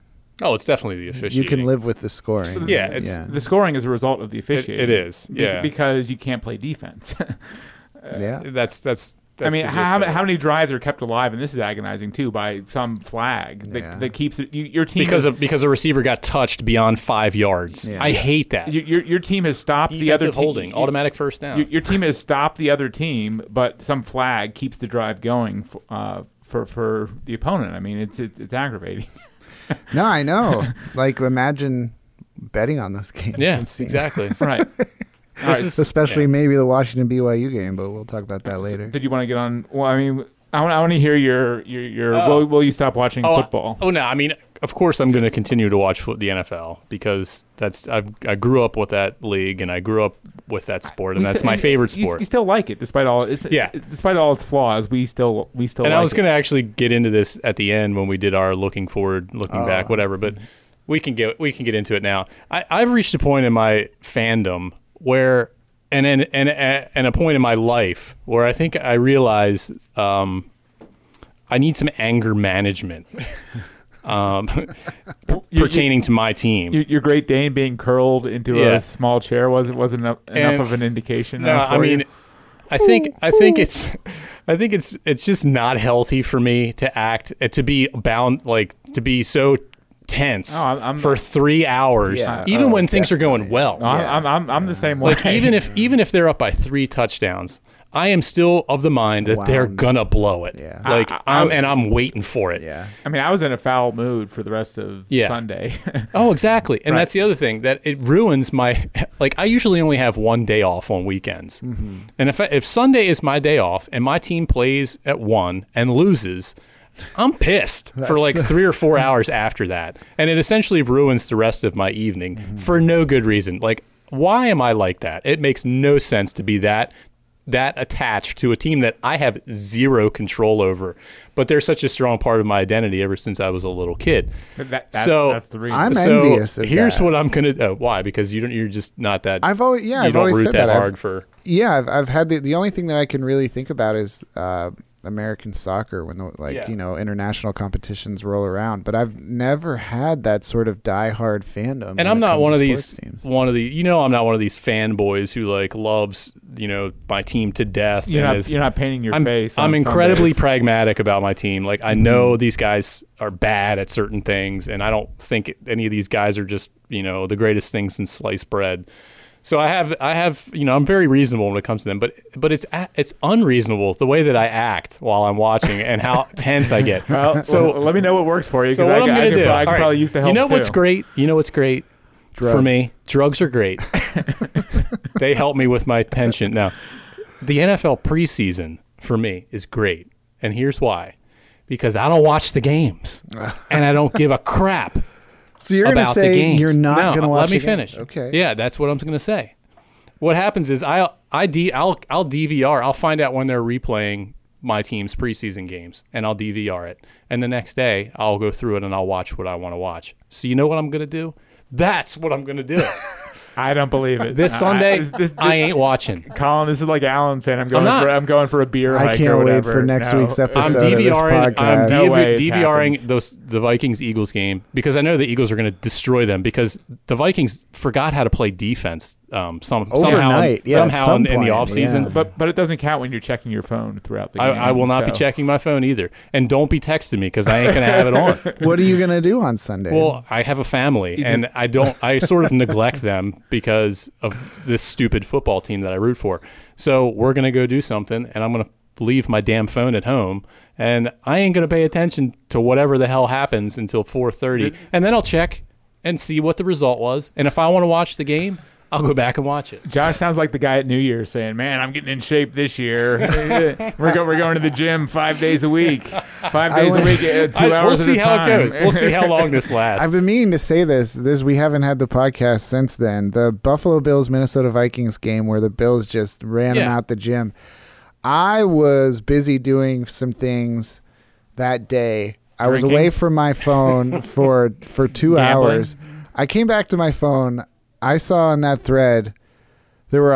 B: oh, it's definitely the officiating.
C: you can live with the scoring
B: Yeah, it's-
A: the scoring is a result of the officiating.
B: it is,
A: Be-
B: yeah.
A: because you can't play defense. (laughs)
C: yeah
B: That's that's. that's
A: I mean,
B: the
A: how,
B: gist of it.
A: how many drives are kept alive, and this is agonizing too, by some flag that,
C: Yeah.
A: that keeps it, you, your team
B: because
A: is-
B: a, because a receiver got touched beyond five yards.
C: Yeah.
B: I hate that.
A: your, your your team has stopped the other
B: Defensive
A: team.
B: holding,
A: you-
B: automatic first down.
A: Your, your team has stopped the other team, but some flag keeps the drive going for uh, for, for the opponent. I mean, it's it's, it's aggravating.
C: No,
B: (laughs)
C: I know. like imagine betting on those games.
A: (laughs)
B: yeah,
C: and seeing-
B: exactly.
A: right. All right.
B: is-
C: Especially maybe the Washington BYU game, but we'll talk about that
A: so
C: later.
A: Did you want to get on? Well, I mean, I want I want to hear your your your.
B: Oh.
A: Will, will you stop watching
B: oh, I-
A: football?
B: oh no, I mean, of course I'm going to continue to watch foot, the NFL because that's I I grew up with that league and I grew up with that sport
A: We
B: and that's
A: still-
B: my favorite
A: you-
B: sport.
A: You, still like it despite all it's,
B: Yeah.
A: despite all its flaws. We still we still.
B: and
A: like
B: I was
A: it.
B: going to actually get into this at the end when we did our looking forward, looking
A: Ah.
B: back, whatever. But we can get we can get into it now. I, I've reached a point in my fandom where and and and uh, and a point in my life where I think I realized um, I need some anger management (laughs) um,
A: (laughs) you-
B: pertaining to my team.
A: Your, your Great Dane being curled into
B: Yeah.
A: a small chair wasn't wasn't enough, enough
B: And-
A: of an indication.
B: no,
A: uh, for
B: I mean,
A: you?
B: I think I think it's I think it's it's just not healthy for me to act uh, to be bound like to be so tense
A: No, I'm- I'm-
B: for three hours,
C: Yeah,
B: even
C: oh,
B: when things are going well.
A: No, I'm-
C: yeah.
A: I'm, I'm, I'm the same way.
B: even if even if they're up by three touchdowns, I am still of the mind that
C: Wow,
B: they're
C: man.
B: gonna blow it.
C: Yeah.
B: Like
A: I-
B: I,
A: I-
B: am and I'm waiting for it.
C: Yeah.
A: I mean, I was in a foul mood for the rest of
B: Yeah.
A: Sunday. (laughs)
B: (laughs) Oh, exactly. And that's the other thing that it ruins my (laughs) like I usually only have one day off on weekends. And if I, if Sunday is my day off and my team plays at 1 and loses, I'm pissed for like 3 or 4 hours after that. And it essentially ruins the rest of my evening for no good reason. Like why am I like that? It makes no sense to be that that attached to a team that I have zero control over, but they're such a strong part of my identity ever since I was a little kid.
A: That- that's-
B: so
A: that's the reason.
C: I'm
B: so
C: envious of
B: here's
C: that.
B: what I'm gonna. Oh, why? Because you don't. You're just not that.
C: I've always yeah,
B: you
C: I've
B: don't
C: always
B: root
C: said
B: that,
C: that. I've-
B: hard for.
C: Yeah, I've, I've had the the only thing that I can really think about is uh, American soccer when the, like
B: Yeah.
C: you know international competitions roll around. But I've never had that sort of diehard fandom. when
B: And I'm
C: it
B: not
C: comes
B: one
C: to
B: of
C: sports
B: these.
C: teams.
B: One of the. You know, I'm not one of these fanboys who like loves you know my team to death.
A: you're
B: and
A: not
B: is-
A: you're not painting your
B: I'm,
A: face.
B: I'm
A: on (laughs) Mm-hmm.
B: incredibly
A: Sundays.
B: pragmatic about my team. Like I know these guys are bad at certain things, and I don't think it- any of these guys are just you know the greatest things in sliced bread. So I have I have you know I'm very reasonable when it comes to them, but but it's a- it's unreasonable the way that I act while I'm watching
A: (laughs)
B: and how tense I get.
A: Well, so
B: So-
A: let me know what works for you.
B: So
A: 'cause I,
B: what I, am
A: could- I
B: gonna
A: could
B: do?
A: probably- I could
B: all right,
A: probably use the help.
B: you know
A: too.
B: what's great? You know what's great for
C: Drugs.
B: me? Drugs
A: (laughs)
B: are great. they help me with my tension. Now, the NFL preseason for me is great, and here's why: because I don't watch the games,
A: (laughs)
B: and I don't give a crap
C: So you're gonna
B: about the
C: say
B: games.
C: you're not
B: No,
C: gonna
B: Let
C: watch.
B: me
C: the game?
B: finish.
C: Okay.
B: Yeah, that's what I'm gonna say. What happens is I'll I d I'll I'll DVR. I'll find out when they're replaying my team's preseason games, and I'll DVR it. And the next day I'll go through it and I'll watch what I want to watch. So you know what I'm gonna do? That's what I'm gonna
C: (laughs)
B: do.
A: I don't believe it.
B: This
A: I-
B: Sunday, I,
A: this- this-
B: ain't watching.
A: Colin, this is like Alan saying, "I'm going
B: not.
A: for I'm going for a beer."
C: I
A: hike
C: can't
A: or
C: wait
A: whatever.
C: for next
A: No.
C: week's
B: I'm
C: episode. So to this
B: DVRing. I'm
C: podcast. No
B: DV
A: way it happens.
B: DVRing those the Vikings Eagles game because I know the Eagles are going to destroy them because the Vikings forgot how to play defense. Um, some somehow
C: Overnight, yeah, at
B: somehow
C: some
B: in, in the
C: point,
B: offseason.
C: yeah.
A: But but it doesn't count when you're checking your phone throughout the
B: I,
A: game.
B: I will not be
A: so-
B: checking my phone either, and don't be texting me because I ain't going to have it
A: (laughs)
B: on.
C: What are you gonna do on Sunday?
B: Well, I have a family, and I don't. I sort of neglect them because of this stupid football team that I root for. So we're gonna go do something, and I'm gonna leave my damn phone at home, and I ain't gonna pay attention to whatever the hell happens until 4:30, and then I'll check and see what the result was, and if I want to watch the game, I'll go back and watch it.
A: Josh sounds like the guy at New Year's saying, "Man, I'm getting in shape this year. (laughs) we're, go- we're going to the gym five days a week, five days a
C: would-
A: week, uh, two
B: I-
A: hours
B: we'll see
A: at a
B: how
A: time."
B: it goes. We'll see how long this lasts.
C: (laughs) I've been meaning to say this. This we haven't had the podcast since then. The Buffalo Bills Minnesota Vikings game where the Bills just ran them
B: Yeah.
C: out the gym. I was busy doing some things that day. I was
A: Drinking?
C: away from
B: (laughs)
C: my phone for for 2
A: Gambling?
C: hours. I came back to my phone. I saw in that thread there were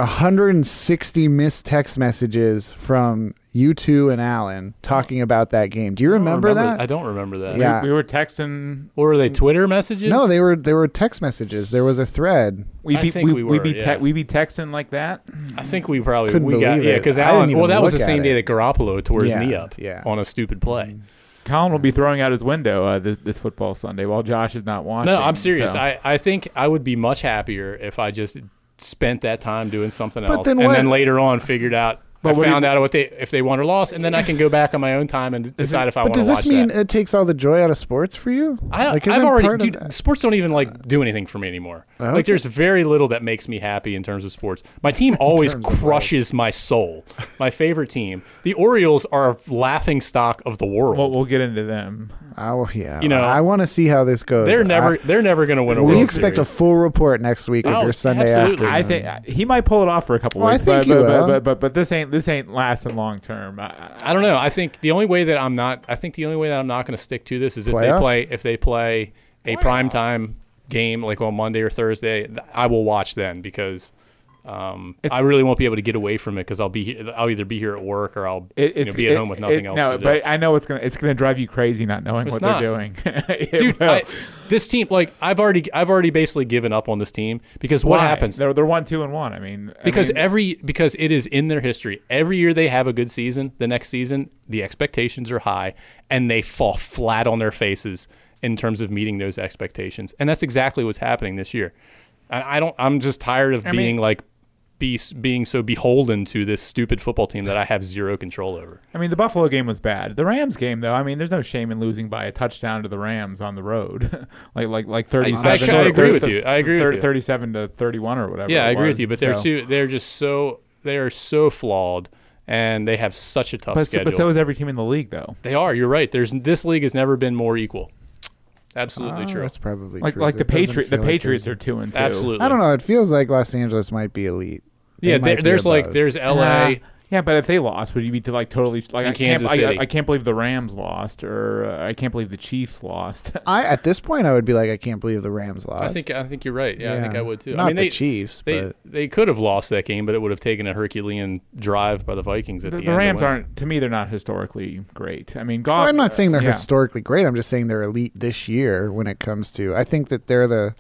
C: 160 missed text messages from you two and Alan talking about that game. Do you remember, that?
B: I don't remember that.
C: Yeah.
A: We were texting.
B: What were they? Twitter messages?
C: no, they were there were text messages. There was a thread.
A: We
B: I
A: be,
B: think
A: we,
B: we
A: we
B: were,
A: be
B: yeah.
A: we be texting like that.
B: I think we probably
C: Couldn't
B: we got
C: believe
B: yeah
C: it.
B: because
C: I
B: Alan.
C: didn't even
B: Well, that was the
C: look at
B: same
C: it.
B: day that Garoppolo tore his
C: Yeah,
B: knee up
C: yeah. Mm.
B: on a stupid play.
A: Colin will be throwing out his window uh, this, this football Sunday while Josh is not watching.
B: No, I'm serious.
A: so-
B: I, I think I would be much happier if I just spent that time doing something
C: But
B: else,
C: then
B: and
C: what-
B: then later on figured out. I
A: what do you-
B: found out what they if they won or lost, and then I can go back on my own time and decide if I
C: But
B: want to
C: does
B: watch
C: this mean
B: that.
C: it takes all the joy out of sports for you?
B: I,
C: Like,
B: I've
C: isn't
B: already
C: part of
B: dude,
C: that-
B: sports don't even like do anything for me anymore.
C: Okay.
B: Like there's very little that makes me happy in terms of sports. My
C: (laughs)
B: team always crushes my soul. My favorite team, the Orioles, are a laughing stock of the world.
A: Well, we'll get into them.
C: Oh yeah.
B: You know,
C: I want to see how this goes.
B: They're never
C: I-
B: they're never going to win a
C: we
B: World
C: expect
B: Series.
C: a full report next week
B: Oh,
C: of your Sunday
B: absolutely.
C: after.
A: I think he might pull it off for a
B: Oh,
A: couple
C: Well, I
A: weeks,
C: think
A: but,
C: he
A: but,
C: will.
A: but, but but but this ain't this ain't lasting long term. I,
B: I don't know. I think the only way that I'm not I think the only way that I'm not going to stick to this is if
C: Playoffs?
B: they play if they play a prime time game like on Monday or Thursday, th- I will watch then because Um, I really won't be able to get away from it because I'll be here, I'll either be here at work or I'll
A: It,
B: you
A: it's
B: know, be at
A: it-
B: home with
A: it-
B: nothing else.
A: No,
B: to do.
A: but I know it's gonna it's gonna drive you crazy not knowing
B: It's
A: what
B: not.
A: they're doing. (laughs) It
B: dude,
A: will.
B: I, this team, like I've already, I've already basically given up on this team because what
A: Why?
B: happens?
A: They're they're one, two, and one. I mean, I
B: because
A: mean,
B: every because it is in their history. Every year they have a good season. The next season, the expectations are high, and they fall flat on their faces in terms of meeting those expectations. And that's exactly what's happening this year. I, I don't. I'm just tired of
A: I mean-
B: being like be, being so beholden to this stupid football team that I have zero control over.
A: I mean, the Buffalo game was bad. The Rams game, though, I mean, there's no shame in losing by a touchdown to the Rams on the road, (laughs) like like like 37.
B: I agree with you. I agree with you.
A: 37 to 31 or whatever.
B: (laughs) Yeah, I
A: it
B: agree
A: was.
B: with you. But they're
A: So-
B: too. They're just so. They are so flawed, and they have such a tough
A: But, so-
B: schedule.
A: but so is every team in the league, though.
B: They are. You're right. There's this league has never been more equal. Absolutely
C: Ah,
B: true.
C: That's probably
A: Like
C: true.
A: like the
C: That doesn't
A: Patriot,
C: feel
A: the
C: like there's
A: Patriots
C: a-
A: are two and two.
B: Absolutely.
C: I don't know. It feels like Los Angeles might be elite. They
B: yeah,
C: might
B: there,
C: be
B: there's like
C: above.
B: there's
A: Nah.
B: LA.
A: Uh, yeah, but if they lost, would you be to like totally like I can't
B: Kansas
A: I-
B: City.
A: I, I can't believe the Rams lost or uh, I can't believe the Chiefs lost. (laughs)
C: I at this point I would be like I can't believe the Rams lost.
B: I think I think you're right. Yeah, I think I would too.
C: Not
B: I mean,
C: the
B: they
C: Chiefs,
B: they
C: but
B: they could have lost that game, but it would have taken a Herculean drive by the Vikings at
A: the,
B: the,
A: the
B: end. to
A: Rams
B: win.
A: aren't to me. They're not historically great. I mean, Goff. uh,
C: Well, I'm not saying they're
A: yeah.
C: historically great. I'm just saying they're elite this year when it comes to. I think that they're the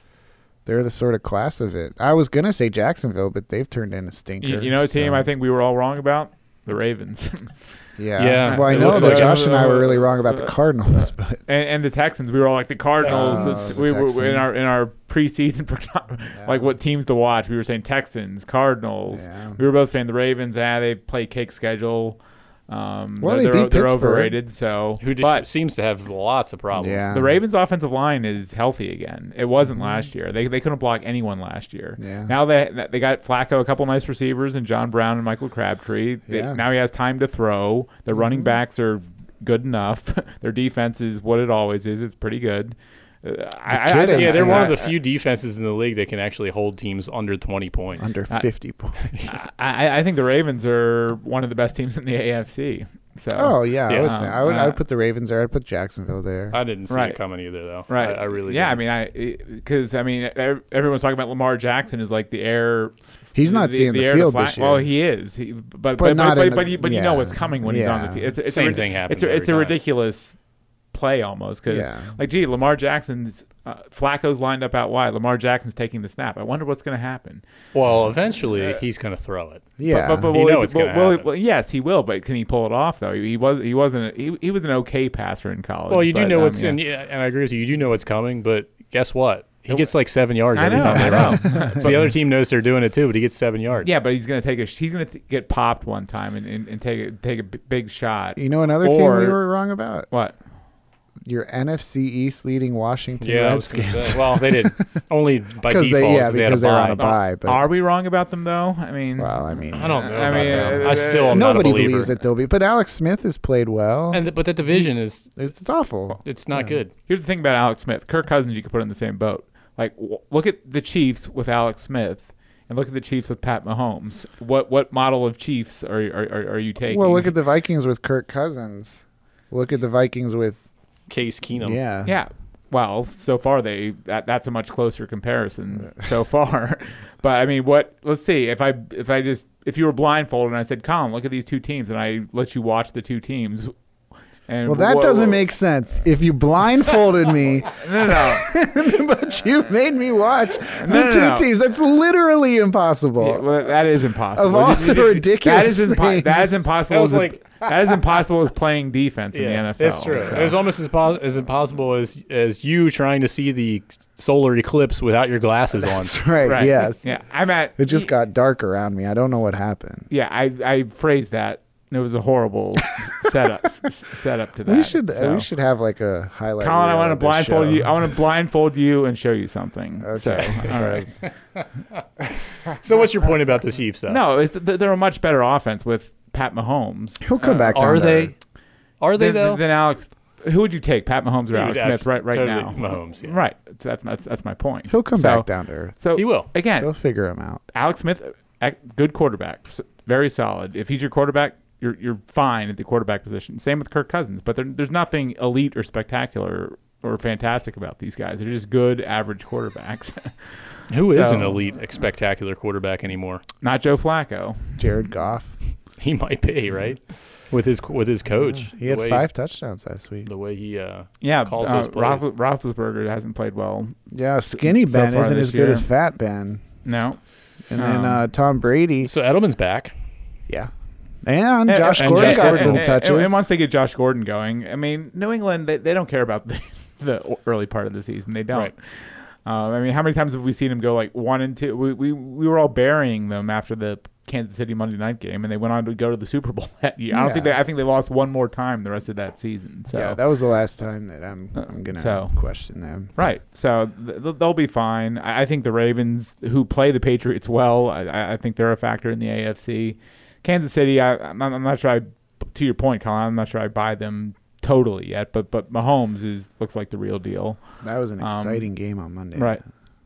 C: they're the sort of class of it. I was gonna say Jacksonville, but they've turned in a stinker.
A: You, you know, a team
C: so-
A: I think we were all wrong about the Ravens (laughs) and,
C: Yeah.
B: Yeah.
C: Well, I
B: It
C: know
B: looks
C: that
B: like-
C: Josh and I were really wrong about
A: uh,
C: the
A: (laughs)
C: Cardinals, but
A: and the Texans. We were all like the Cardinals.
C: Texans.
A: we
C: Oh, the
A: were in our in our preseason (laughs) pro- like what teams to watch. We were saying Texans, Cardinals.
C: Yeah.
A: We were both saying the Ravens. Ah, they play cake schedule. Um,
C: Well, they
A: they're,
C: beat
A: they're
C: Pittsburgh.
A: overrated. So,
B: Who did,
A: but
B: seems to have lots of problems.
C: Yeah.
A: The Ravens' offensive line is healthy again. It wasn't last year. They, they couldn't block anyone last year.
C: Mm-hmm. Yeah.
A: Now they they got Flacco, a couple nice receivers, and John Brown and Michael Crabtree. They-
C: Yeah. Mm-hmm.
A: Now he has time to throw. Their running backs are good enough. (laughs) Their defense is what it always is. It's pretty good. Uh, I, I, I,
C: kid
A: think-
B: Yeah,
C: Yeah,
B: they're
C: so
B: one
C: I-
B: of the few defenses in the league that can actually hold teams under 20 points.
C: under
A: I- (laughs)
C: 50 points.
A: I, I think the Ravens are one of the best teams in the AFC. So
C: Oh yeah,
B: Yeah.
C: I, was, I would. I
A: Uh,
C: would put the Ravens there. I'd put Jacksonville there.
B: I didn't see
A: Right.
B: it coming either, though.
A: Right.
B: I, I really.
A: Yeah.
B: didn't.
A: I mean, I because I mean, ev- everyone's talking about Lamar Jackson is like the heir.
C: He's not seeing the
A: heir to
C: field
A: Fla-
C: this year.
A: Well, he is, he, but but but
C: not
A: but,
C: in
A: but
C: the-
A: you, but you know
C: yeah.
A: what's coming when he's on the
C: Yeah.
A: field. It's, it's a
B: Same
A: rid-
B: thing happens
A: It's a,
B: every
A: it's a
B: time.
A: ridiculous play almost because
C: Yeah.
A: like, gee, Lamar Jackson's uh, Flacco's lined up out wide. Lamar Jackson's taking the snap. I wonder what's going to happen.
B: Well, eventually he's going to throw it.
C: yeah.
A: But, but, but
B: You
A: will
B: know
A: he-
B: it's gonna
A: will- will he-
B: happen.
A: well, yes, he will. But can he pull it off though? He, he was he wasn't he, he was an okay passer in college.
B: Well, you do
A: but,
B: know
A: um,
B: what's
A: yeah.
B: and, yeah, and I agree with you. You do know what's coming, but guess what? He gets like seven yards
A: I
B: every
A: know,
B: time
A: I
B: they
A: know. (laughs)
B: (laughs) run. so the other team knows they're doing it too, but he gets seven yards.
A: Yeah, but he's gonna take a sh- he's gonna th- get popped one time and, and, and take a take a b- big shot.
C: you know another
A: Or-
C: team we were wrong about.
A: What?
C: Your NFC East leading Washington
B: yeah. I was gonna
C: Redskins.
B: say. Well, they did only by
C: Because
B: default.
C: they- yeah,
B: they had
C: because they're
B: bye.
C: on a bye. but-
A: Oh, Are we wrong about them though? I mean,
C: (laughs) Well, I mean,
B: I don't know.
A: I
B: about
A: mean,
B: them.
A: uh,
B: I still am
C: nobody
B: not a believer.
C: believes that they'll be. But Alex Smith has played well.
B: And th- but that division is
C: it's, it's awful.
B: it's not good.
A: here's the thing about Alex Smith. Kirk Cousins, you could put in the same boat. Like, w- look at the Chiefs with Alex Smith, and look at the Chiefs with Pat Mahomes. What what model of Chiefs are are, are, are you taking?
C: Well, look at the Vikings with Kirk Cousins. Look at the Vikings with
B: Case Keenum.
C: yeah.
A: yeah. Well, so far they that, that's a much closer comparison (laughs) so far. but I mean, what? Let's see. If I if I just if you were blindfolded and I said, Colin, look at these two teams, and I let you watch the two teams. And
C: Well, that
A: wha-
C: doesn't make sense. If you
A: (laughs)
C: blindfolded me, (laughs)
A: no, no, no.
C: but you made me watch the
A: no,
C: two
A: no.
C: teams, that's literally impossible.
A: Yeah, well, that is impossible.
C: Of all
A: Just-
C: the
A: just- that
C: ridiculous
A: is, impo- that is
C: things.
A: impossible.
B: That was
A: as a-
B: like-
A: (laughs) that is impossible as playing defense in the NFL.
B: That's true.
A: so.
B: It was almost as, pos- as impossible as as you trying to see the solar eclipse without your glasses on.
C: That's right.
A: Right.
C: Yes.
A: Yeah. I'm at.
C: It just got dark around me. I don't know what happened.
A: Yeah. I I phrased that. And it was a horrible (laughs)
C: (laughs)
A: setup. s- s- setup to that.
C: We should
A: so.
C: we should have like a highlight.
A: Colin, I
C: reel
A: want to
C: of this
A: blindfold
C: show.
A: you. I want to blindfold you and show you something.
C: Okay.
A: So,
C: (laughs)
A: all right.
B: So what's your point about the Chiefs though?
A: No, it's, th- they're a much better offense with Pat Mahomes.
C: He'll come back.
B: Are
C: down to
B: they?
C: earth.
B: Are they
A: Then-
B: though?
A: Then Alex, who would you take, Pat Mahomes or
B: would
A: Alex
B: abs-
A: Smith? Right, right
B: totally
A: now,
B: Mahomes, yeah.
A: Right. That's my that's my point.
C: He'll come
A: So-
C: back down to earth.
A: So
B: He will.
A: again.
C: They'll figure him out.
A: Alex Smith, ac- good quarterback, s- very solid. If he's your quarterback, you're you're fine at the quarterback position. Same with Kirk Cousins, but there, there's nothing elite or spectacular or fantastic about these guys. They're just good average quarterbacks. (laughs)
B: Who is
A: So-
B: an elite spectacular quarterback anymore?
A: Not Joe Flacco.
C: Jared Goff.
B: He might be right with his with his coach.
C: He had
B: the way,
C: five touchdowns last week.
B: The way he uh,
A: Yeah,
B: Calls
A: uh,
B: those plays.
A: Roethlis- Roethlisberger hasn't played well.
C: Yeah, skinny
A: so
C: Ben
A: far
C: isn't
A: this
C: as good
A: year.
C: as fat Ben.
A: No,
C: And then
A: Um,
C: uh, Tom Brady.
B: so Edelman's back.
C: Yeah. And
A: And-
C: Josh
B: and
C: Gordon
B: Josh
C: got
B: Gordon.
C: some
A: and-
C: touches.
A: And, and once they get Josh Gordon going, I mean, New England they, they don't care about the, (laughs) the early part of the season. They don't.
B: Right.
A: Um, I mean, how many times have we seen him go like one and two? We we, we were all burying them after the Kansas City Monday night game, and they went on to go to the Super Bowl (laughs) that year. I don't think
C: Yeah.
A: they. I think they lost one more time the rest of that season. So
C: Yeah, that was the last time that I'm I'm gonna
A: so.
C: question them.
A: Right. So th- th- they'll be fine. I I think the Ravens, who play the Patriots well, I- I, I think they're a factor in the AFC. Kansas City, I, I'm, I'm not sure. I, to your point, Colin, I'm not sure I buy them totally yet. But but Mahomes is looks like the real deal,
C: That was an
A: Um,
C: exciting game on Monday.
A: right?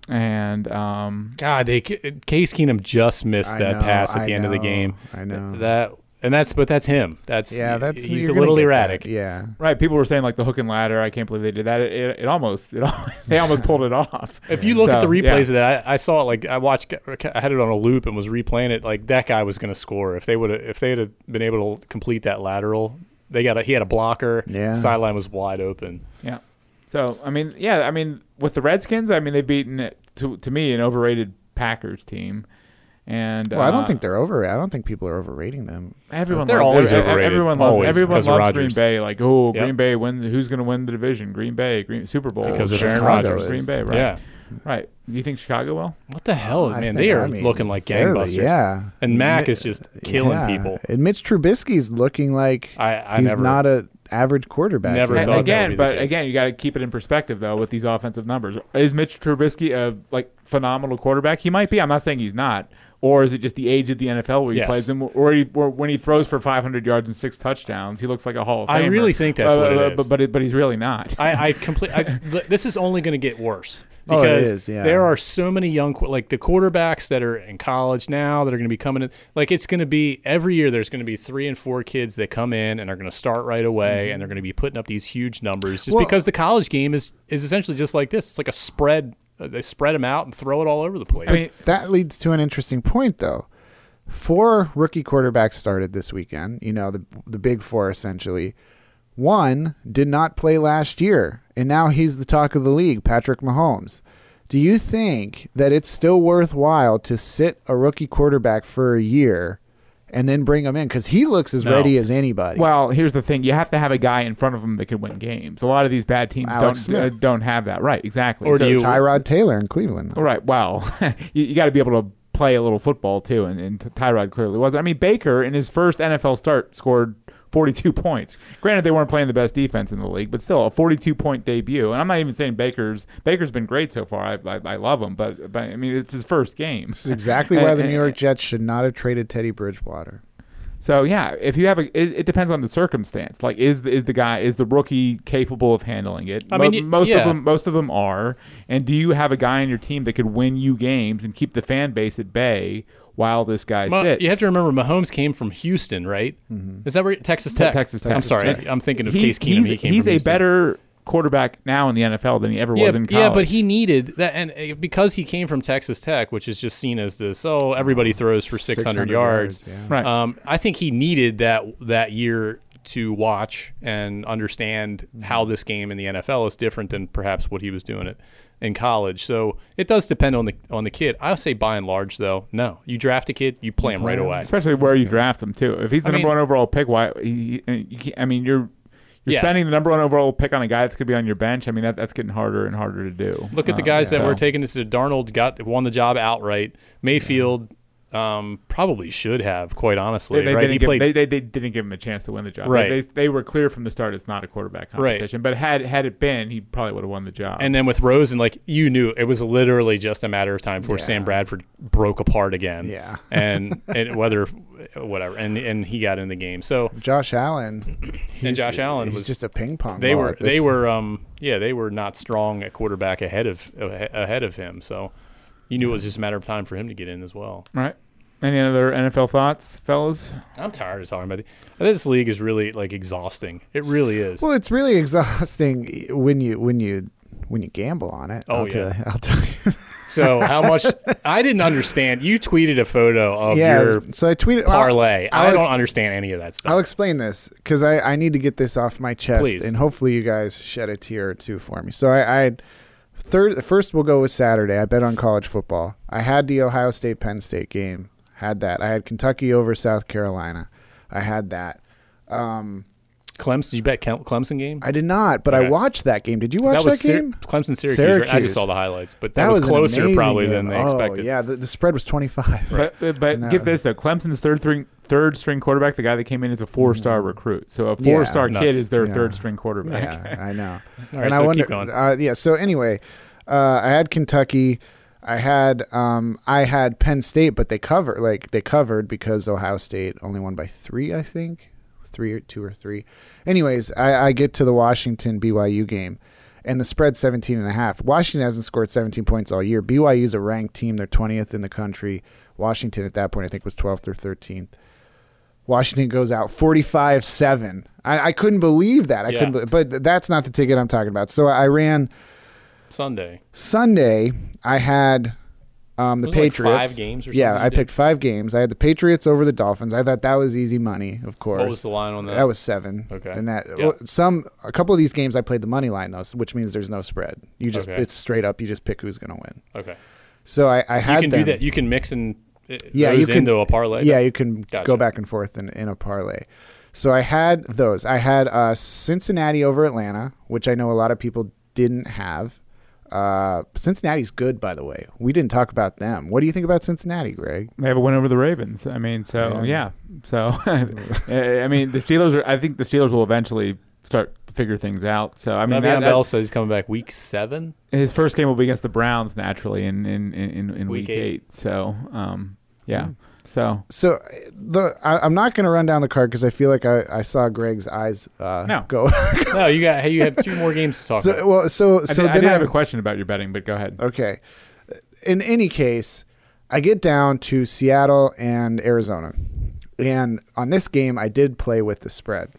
A: And um,
B: God, they Case Keenum just missed
C: I
B: that
C: know,
B: pass at
C: I
B: the end of the
C: know,
B: game.
C: I know.
B: that, and that's but that's him. That's
C: yeah, that's
B: he's
C: you're
B: a
C: gonna
B: little
C: get that.
B: erratic.
C: Yeah,
A: right, people were saying like the hook and ladder. I can't believe they did that. It it, it almost it (laughs) al- they almost pulled it off.
B: If you look at
A: So,
B: the replays
A: yeah.
B: of that, I, I saw it like I watched. I had it on a loop and was replaying it. Like that guy was going to score if they would have if they had been able to complete that lateral. They got a, he had a blocker.
C: Yeah.
B: sideline was wide open.
A: Yeah. So I mean, yeah, I mean, with the Redskins, I mean they've beaten to to me an overrated Packers team, and
C: well, I don't
A: uh,
C: think they're over. I don't think people are overrating them.
A: everyone
B: They're
A: loves,
B: always
A: every-
B: overrated.
A: Everyone loves
B: Always,
A: everyone
B: because
A: loves
B: of
A: Green
B: Rodgers.
A: Bay. Like, oh,
B: Yep.
A: Green Bay win. Who's going to win the division? Green Bay, Green Super Bowl
B: Because of
A: Aaron
C: Chicago
A: Rodgers.
C: is-
A: Green Bay, right?
B: Yeah,
A: Right. Do you think Chicago will?
B: what the hell,
C: I
B: man?
C: think-
B: They are
C: I mean,
B: looking like
C: they're the-
B: gangbusters.
C: yeah,
B: and Mac
C: Mi-
B: is just killing
C: yeah.
B: people.
C: And Mitch Trubisky's looking like
B: I, I
C: he's
B: never
C: not a average quarterback.
B: Never
C: yet.
A: A-
B: thought that would
A: again,
B: be the
A: but
B: case.
A: again, you got to keep it in perspective though with these offensive numbers. Is Mitch Trubisky a like phenomenal quarterback? He might be. I'm not saying he's not. Or is it just the age of the NFL where he
B: Yes.
A: plays him, or, he, or when he throws for 500 yards and six touchdowns, he looks like a Hall of Famer.
B: I really think that's
A: but,
B: what it
A: but,
B: is.
A: But, but, but he's really not.
B: I, I complete.
A: (laughs)
B: I, th- this is only going to get worse
C: Oh, it
B: because
C: is, yeah.
B: there are so many young, qu- like the quarterbacks that are in college now that are going to be coming in. Like it's going to be every year. There's going to be three and four kids that come in and are going to start right away,
A: Mm-hmm.
B: and they're going to be putting up these huge numbers just
C: Well-
B: because the college game is is essentially just like this. It's like a spread. uh, They spread them out and throw it all over the place.
A: I mean,
C: that leads to an interesting point though. Four rookie quarterbacks started this weekend, you know, the the big four essentially. One did not play last year, and now he's the talk of the league, Patrick Mahomes. Do you think that it's still worthwhile to sit a rookie quarterback for a year and then bring him in cuz he looks as
B: No.
C: ready as anybody?
A: Well, here's the thing: you have to have a guy in front of him that can win games. A lot of these bad teams
C: Alex
A: don't uh,
C: Smith.
A: don't have that. Right? Exactly.
B: Or do
A: So-
B: you-
C: Tyrod Taylor in Cleveland.
A: All Right. Well, (laughs) you, you got to be able to play a little football too, and, and Tyrod clearly was. I mean, Baker in his first NFL start scored 42 (laughs) points. Granted, they weren't playing the best defense in the league, but still a 42 point debut. And I'm not even saying Baker's Baker's been great so far. I I, I love him, but but I mean, it's his first game.
C: This is exactly
A: And-
C: why
B: (laughs)
C: the
A: and-
C: New York Jets should not have traded Teddy Bridgewater.
A: So yeah, if you have a, it, it depends on the circumstance. Like, is the, is the guy is the rookie capable of handling it?
B: I mean, y-
A: most
B: yeah.
A: of them most of them are. And do you have a guy on your team that could win you games and keep the fan base at bay while this guy
B: Ma-
A: sits?
B: you have to remember Mahomes came from Houston, right? Is that where Texas Tech?
A: Mm-hmm. Texas Tech.
B: I'm sorry,
A: Texas Tech.
B: I'm thinking of
A: He-
B: Case Keenum.
A: He's,
B: he came
A: he's
B: from
A: a
B: Houston.
A: better quarterback now in the NFL than he ever was in college.
B: Yeah, but he needed that, and uh, because he came from Texas Tech, which is just seen as this, oh, everybody throws for six hundred yards.
C: yards, yeah.
A: right.
B: Um, I think he needed that that year to watch and understand how this game in the NFL is different than perhaps what he was doing it in college. So it does depend on the on the kid. I would say by and large, though, no, you draft a kid, you play him right away.
A: especially where you draft him too. If he's the
B: I
A: number
B: mean-
A: one overall pick, why? He, he- you can't- I mean, you're. You're
B: Yes.
A: spending the number one overall pick on a guy that's going to be on your bench. I mean, that, that's getting harder and harder to do.
B: Look at the
A: Uh,
B: guys that
A: so-
B: were taking this. Darnold got won the job outright. Mayfield. Um, probably should have, quite honestly.
A: They, they
B: right?
A: didn't
B: He
A: give,
B: played
A: they, they, they didn't give him a chance to win the job.
B: Right.
A: They, they were clear from the start it's not a quarterback
B: Right.
A: competition. But had had it been, he probably would have won the job.
B: And then with Rosen, like you knew, it was literally just a matter of time before
C: Yeah.
B: Sam Bradford broke apart again.
C: Yeah.
B: (laughs) and, and whether whatever, and and he got in the game. So
C: Josh Allen. he's-
B: Josh Allen
C: he's
B: was-
C: just a ping pong.
B: they
C: ball
B: were
C: at this
B: they were um yeah they were not strong at quarterback ahead of ahead of him. So you knew it was just a matter of time for him to get in as well.
A: right. Any other NFL thoughts, fellas?
B: I'm tired of talking about it. This league is really like exhausting. It really is.
C: Well, it's really exhausting when you when you when you gamble on it.
B: Oh,
C: I'll
B: yeah.
C: tell, I'll tell you.
B: So how much? (laughs) I didn't understand. You tweeted a photo of
C: (laughs) yeah.
B: your
C: So I tweeted well,
B: parlay.
C: I'll,
B: I
C: I'll,
B: don't understand any of that stuff.
C: I'll explain this because I, I need to get this off my chest,
B: Please.
C: and hopefully you guys shed a tear or two for me. So I, I third first we'll go with Saturday. I bet on college football. I had the Ohio State Penn State game. Had that. I had Kentucky over South Carolina. I had that. Um,
B: Clemson, did you bet Kel- Clemson game?
C: I did not, but I
B: Okay.
C: watched that game. Did you watch that,
B: that was Sy-
C: game?
B: Clemson Syracuse. right? I
C: Syracuse.
B: just saw the highlights, but that,
C: That,
B: was,
C: an
B: closer
C: amazing
B: probably
C: game.
B: than they
C: oh,
B: expected.
C: Yeah, the, the spread was twenty five.
B: (laughs)
A: But, but
C: No.
A: get this though, Clemson's third string third string quarterback, the guy that came in is a four star recruit. So a
C: Yeah,
A: four star kid
B: nuts.
A: is their
C: Mm-hmm. Yeah.
A: third string quarterback.
C: Yeah, I know.
B: All right,
C: and
B: so
C: I
B: keep
C: wonder,
B: going.
C: Uh, yeah. So anyway, uh, I had Kentucky. I had um, I had Penn State, but they covered like they covered because Ohio State only won by three, I think, three or two or three. Anyways, I, I get to the Washington BYU game, and the spread 17 and a half. Washington hasn't scored 17 points all year. BYU's a ranked team; they're 20th in the country. Washington at that point, I think, was 12th or 13th. Washington goes out 45 7. I, I couldn't believe that. I
B: Yeah.
C: couldn't, be- but that's not the ticket I'm talking about. So I ran
B: Sunday.
C: Sunday. I had um,
B: Wasn't it
C: the
B: like
C: Patriots.
B: five games or
C: Yeah,
B: something
C: I
B: you did?
C: picked five games. I had the Patriots over the Dolphins. I thought that was easy money, of course.
B: What Oh, was the line on that?
C: That was seven.
B: Okay.
C: And that
B: Yeah.
C: well, some a couple of these games I played the money line though, which means there's no spread. You just
B: Okay.
C: it's straight up. You just pick who's going to win.
B: okay.
C: So I, I had
B: You can
C: them.
B: do that. You can mix and uh,
C: Yeah,
B: those
C: you can-
B: into a parlay.
C: Yeah, you can go
B: Gotcha.
C: back and forth in, in a parlay. So I had those. I had uh, Cincinnati over Atlanta, which I know a lot of people didn't have. Uh, Cincinnati's good, by the way. We didn't talk about them. What do you think about Cincinnati, Greg?
A: They have a win over the Ravens. I mean, so
C: Yeah.
A: yeah.
B: (laughs)
A: So (laughs) I mean, the Steelers are. I think the Steelers will eventually start to figure things out. So I mean,
B: Le'Veon
A: that- that-
B: Bell says he's coming back week seven.
A: his first game will be against the Browns naturally in in in, in, in
B: Week
A: week,
B: eight. Hmm.
A: eight. So um, yeah. So
C: So uh, the I, I'm not going to run down the card because I feel like I, I saw Greg's eyes uh,
A: No.
C: go. (laughs)
B: No, you got. Hey, you have two more games to talk
C: so
B: about.
C: well, so
A: I
C: so
A: did- I,
C: then
A: did
C: I
A: have a question about your betting, but go ahead.
C: Okay. In any case, I get down to Seattle and Arizona. And on this game, I did play with the spread.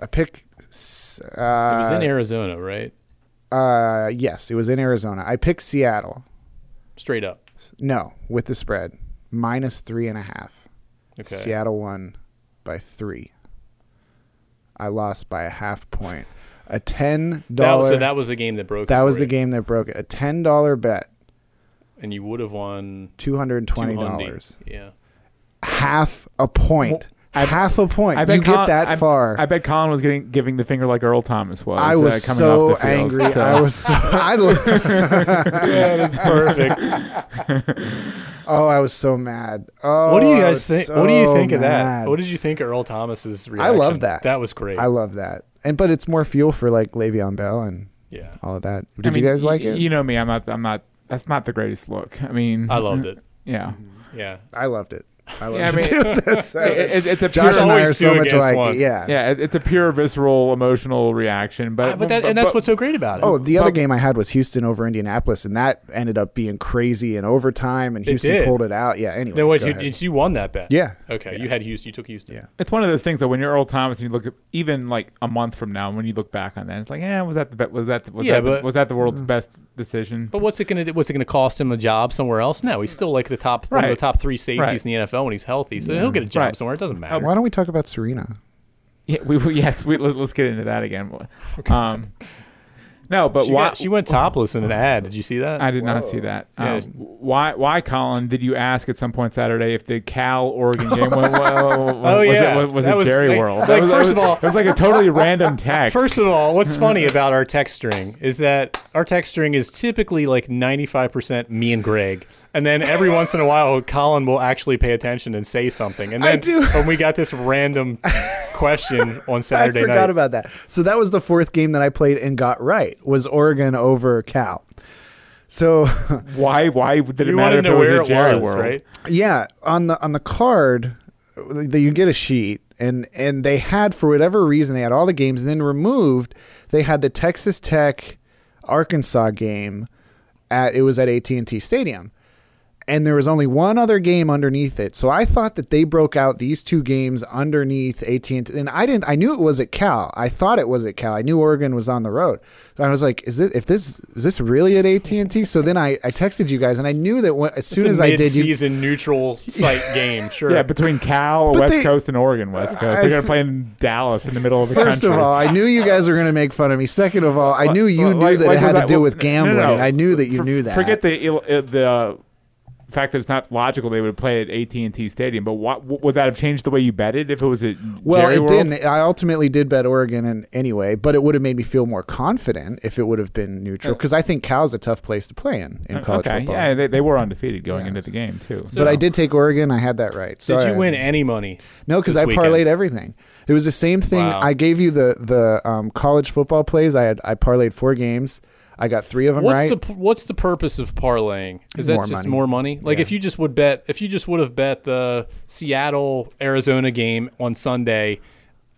C: I pick. s- Uh,
B: it was in Arizona, right?
C: Uh, yes, it was in Arizona. I picked Seattle.
B: Straight up.
C: No, with the spread. Minus three and a half.
B: Okay.
C: Seattle won by three. I lost by a half point. A ten
B: That
C: dollar.
B: was, so that was the game that broke.
C: that
B: it
C: was
B: for
C: the
B: you.
C: game that broke it. A ten dollar bet,
B: and you would have won
C: two hundred and twenty dollars.
B: $200. Yeah.
C: half a point.
A: Well, I-
C: half a point.
A: I
C: you get
A: Colin-
C: that
A: I,
C: far.
A: I
C: I,
A: bet Colin was getting giving the finger like Earl Thomas was. uh,
C: was
A: coming
C: so
A: off the field.
B: (laughs)
C: angry.
A: So-
C: I was. So, I, lo- (laughs)
A: yeah, that's perfect.
C: oh, I was so mad. Oh,
B: What do you
C: I
B: guys
C: was
B: think? what do you
C: so
B: think of
C: mad.
B: that? What did you think of Earl Thomas's reaction?
C: love that.
B: That was great.
C: I love that. And but it's more fuel for like Le'Veon Bell and
B: yeah,
C: all of that. Did
A: I mean,
C: you guys
A: y-
C: like it?
A: You know me. I'm not. I'm not. That's not the greatest look. I mean,
B: I loved it.
A: Yeah,
B: Yeah,
C: I loved it. I loved
A: Yeah, I
C: it.
A: mean-
C: (laughs) Dude, that's- uh,
A: It- it- it's a
C: Josh
A: pure.
C: and I
B: always
C: are so
B: two
C: much
B: against
C: alike.
B: one.
C: Yeah.
A: Yeah, it- it's a pure visceral emotional reaction. But
B: Ah, but that, and that's
A: but-
B: what's so great about it.
C: Oh, the other
A: But-
C: game I had was Houston over Indianapolis, and that ended up being crazy in overtime, and Houston
B: did.
C: pulled it out. Yeah. Anyway.
B: then what?
C: go
B: You,
C: ahead.
B: you you won that bet.
C: Yeah.
B: Okay, you had Houston. You took Houston.
C: Yeah.
A: It's one of those things that when you're Earl Thomas and you look at even like a month from now, when you look back on that, it's like, yeah, was that the be- was that the, was,
B: Yeah,
A: that the-
B: but-
A: was that the world's best decision?
B: But what's it gonna do? What's it gonna cost him a job somewhere else? No, he's still like the top one
A: Right.
B: of the top three safeties
A: Right.
B: in the NFL when he's healthy, so he'll get a job
A: Right.
B: somewhere. It doesn't matter.
C: Why don't we talk about Serena?
A: Yeah, we, we yes, we, let, us get into that
B: (laughs)
A: again. Um, no, but
B: she,
A: why?
B: got- she went topless in an ad. Did you see that?
A: I did not see that.
B: Yeah.
A: Um, why? Why, Colin? Did you ask at some point Saturday if the Cal Oregon game was,
B: (laughs)
A: was
B: Oh, yeah.
A: it was, was
B: That
A: it
B: was-
A: Jerry
B: like-
A: World?
B: like,
A: That was- that
B: first
A: was-
B: of all-
A: it was like a
B: (laughs)
A: totally random text.
B: First of all,
C: (laughs)
B: what's funny about our text string is that our text string is typically like 95% me and Greg. And then
C: (laughs)
B: every once in a while, Colin will actually pay attention and say something. And
C: I
B: then
C: do.
B: when we got this
C: (laughs)
B: random question on Saturday
C: I forgot
B: night,
C: about that. So that was the fourth game that I played and got right was Oregon over Cal. So (laughs)
A: why? Why did it
B: you
A: matter
B: wanted
A: if
B: to
A: it
B: know
A: was
B: where
A: a
B: it
A: Jerry
B: was,
A: World?
B: right?
C: yeah, on the on the card, that you get a sheet and and they had for whatever reason they had all the games and then removed. They had the Texas Tech Arkansas game at it was at AT and T Stadium, and there was only one other game underneath it. So I thought that they broke out these two games underneath AT and and I didn't. I knew it was at Cal. I thought it was at Cal. I knew Oregon was on the road. And I was like, is this if this is this really at AT and T? So then I, I texted you guys, and I knew that when, as soon as I did, you
D: season
C: (laughs)
D: neutral site game, sure.
A: Yeah, between Cal,
C: But
A: West
C: they-
A: Coast, and Oregon West Coast.
C: I-
A: They're going to play in Dallas in the middle of the
C: First
A: country.
C: of all, I knew you guys were going to make fun of me. Second of all, I knew you
A: Well,
C: knew
A: like-
C: that
A: like
C: it had
A: was
C: to
A: I-
C: do
A: well,
C: with
A: no, no,
C: gambling.
A: no.
C: I knew that you
A: For-
C: knew that.
A: Forget the ill, uh, the fact that it's not logical they would play at AT and T Stadium. But what would that have changed the way you betted if it was at
C: Well,
A: Jerry
C: it
A: World?
C: didn't. I ultimately did bet Oregon and anyway, but it would have made me feel more confident if it would have been neutral because I think Cal's a tough place to play in in college
A: Oh. okay,
C: football.
A: yeah, they, they were undefeated going into the game too.
C: but I did take Oregon. I had that right. So
B: Did
C: I-
B: you win any money?
C: No, because
B: this
C: I
B: weekend?
C: parlayed everything. It was the same thing.
B: Wow.
C: I gave you the the um, college football plays. I had I parlayed four games. I got three of them
B: What's
C: right.
B: the p- what's the purpose of parlaying? Is that
C: More
B: just
C: money.
B: more money? Like
C: Yeah.
B: if you just would bet, if you just would have bet the Seattle Arizona game on Sunday,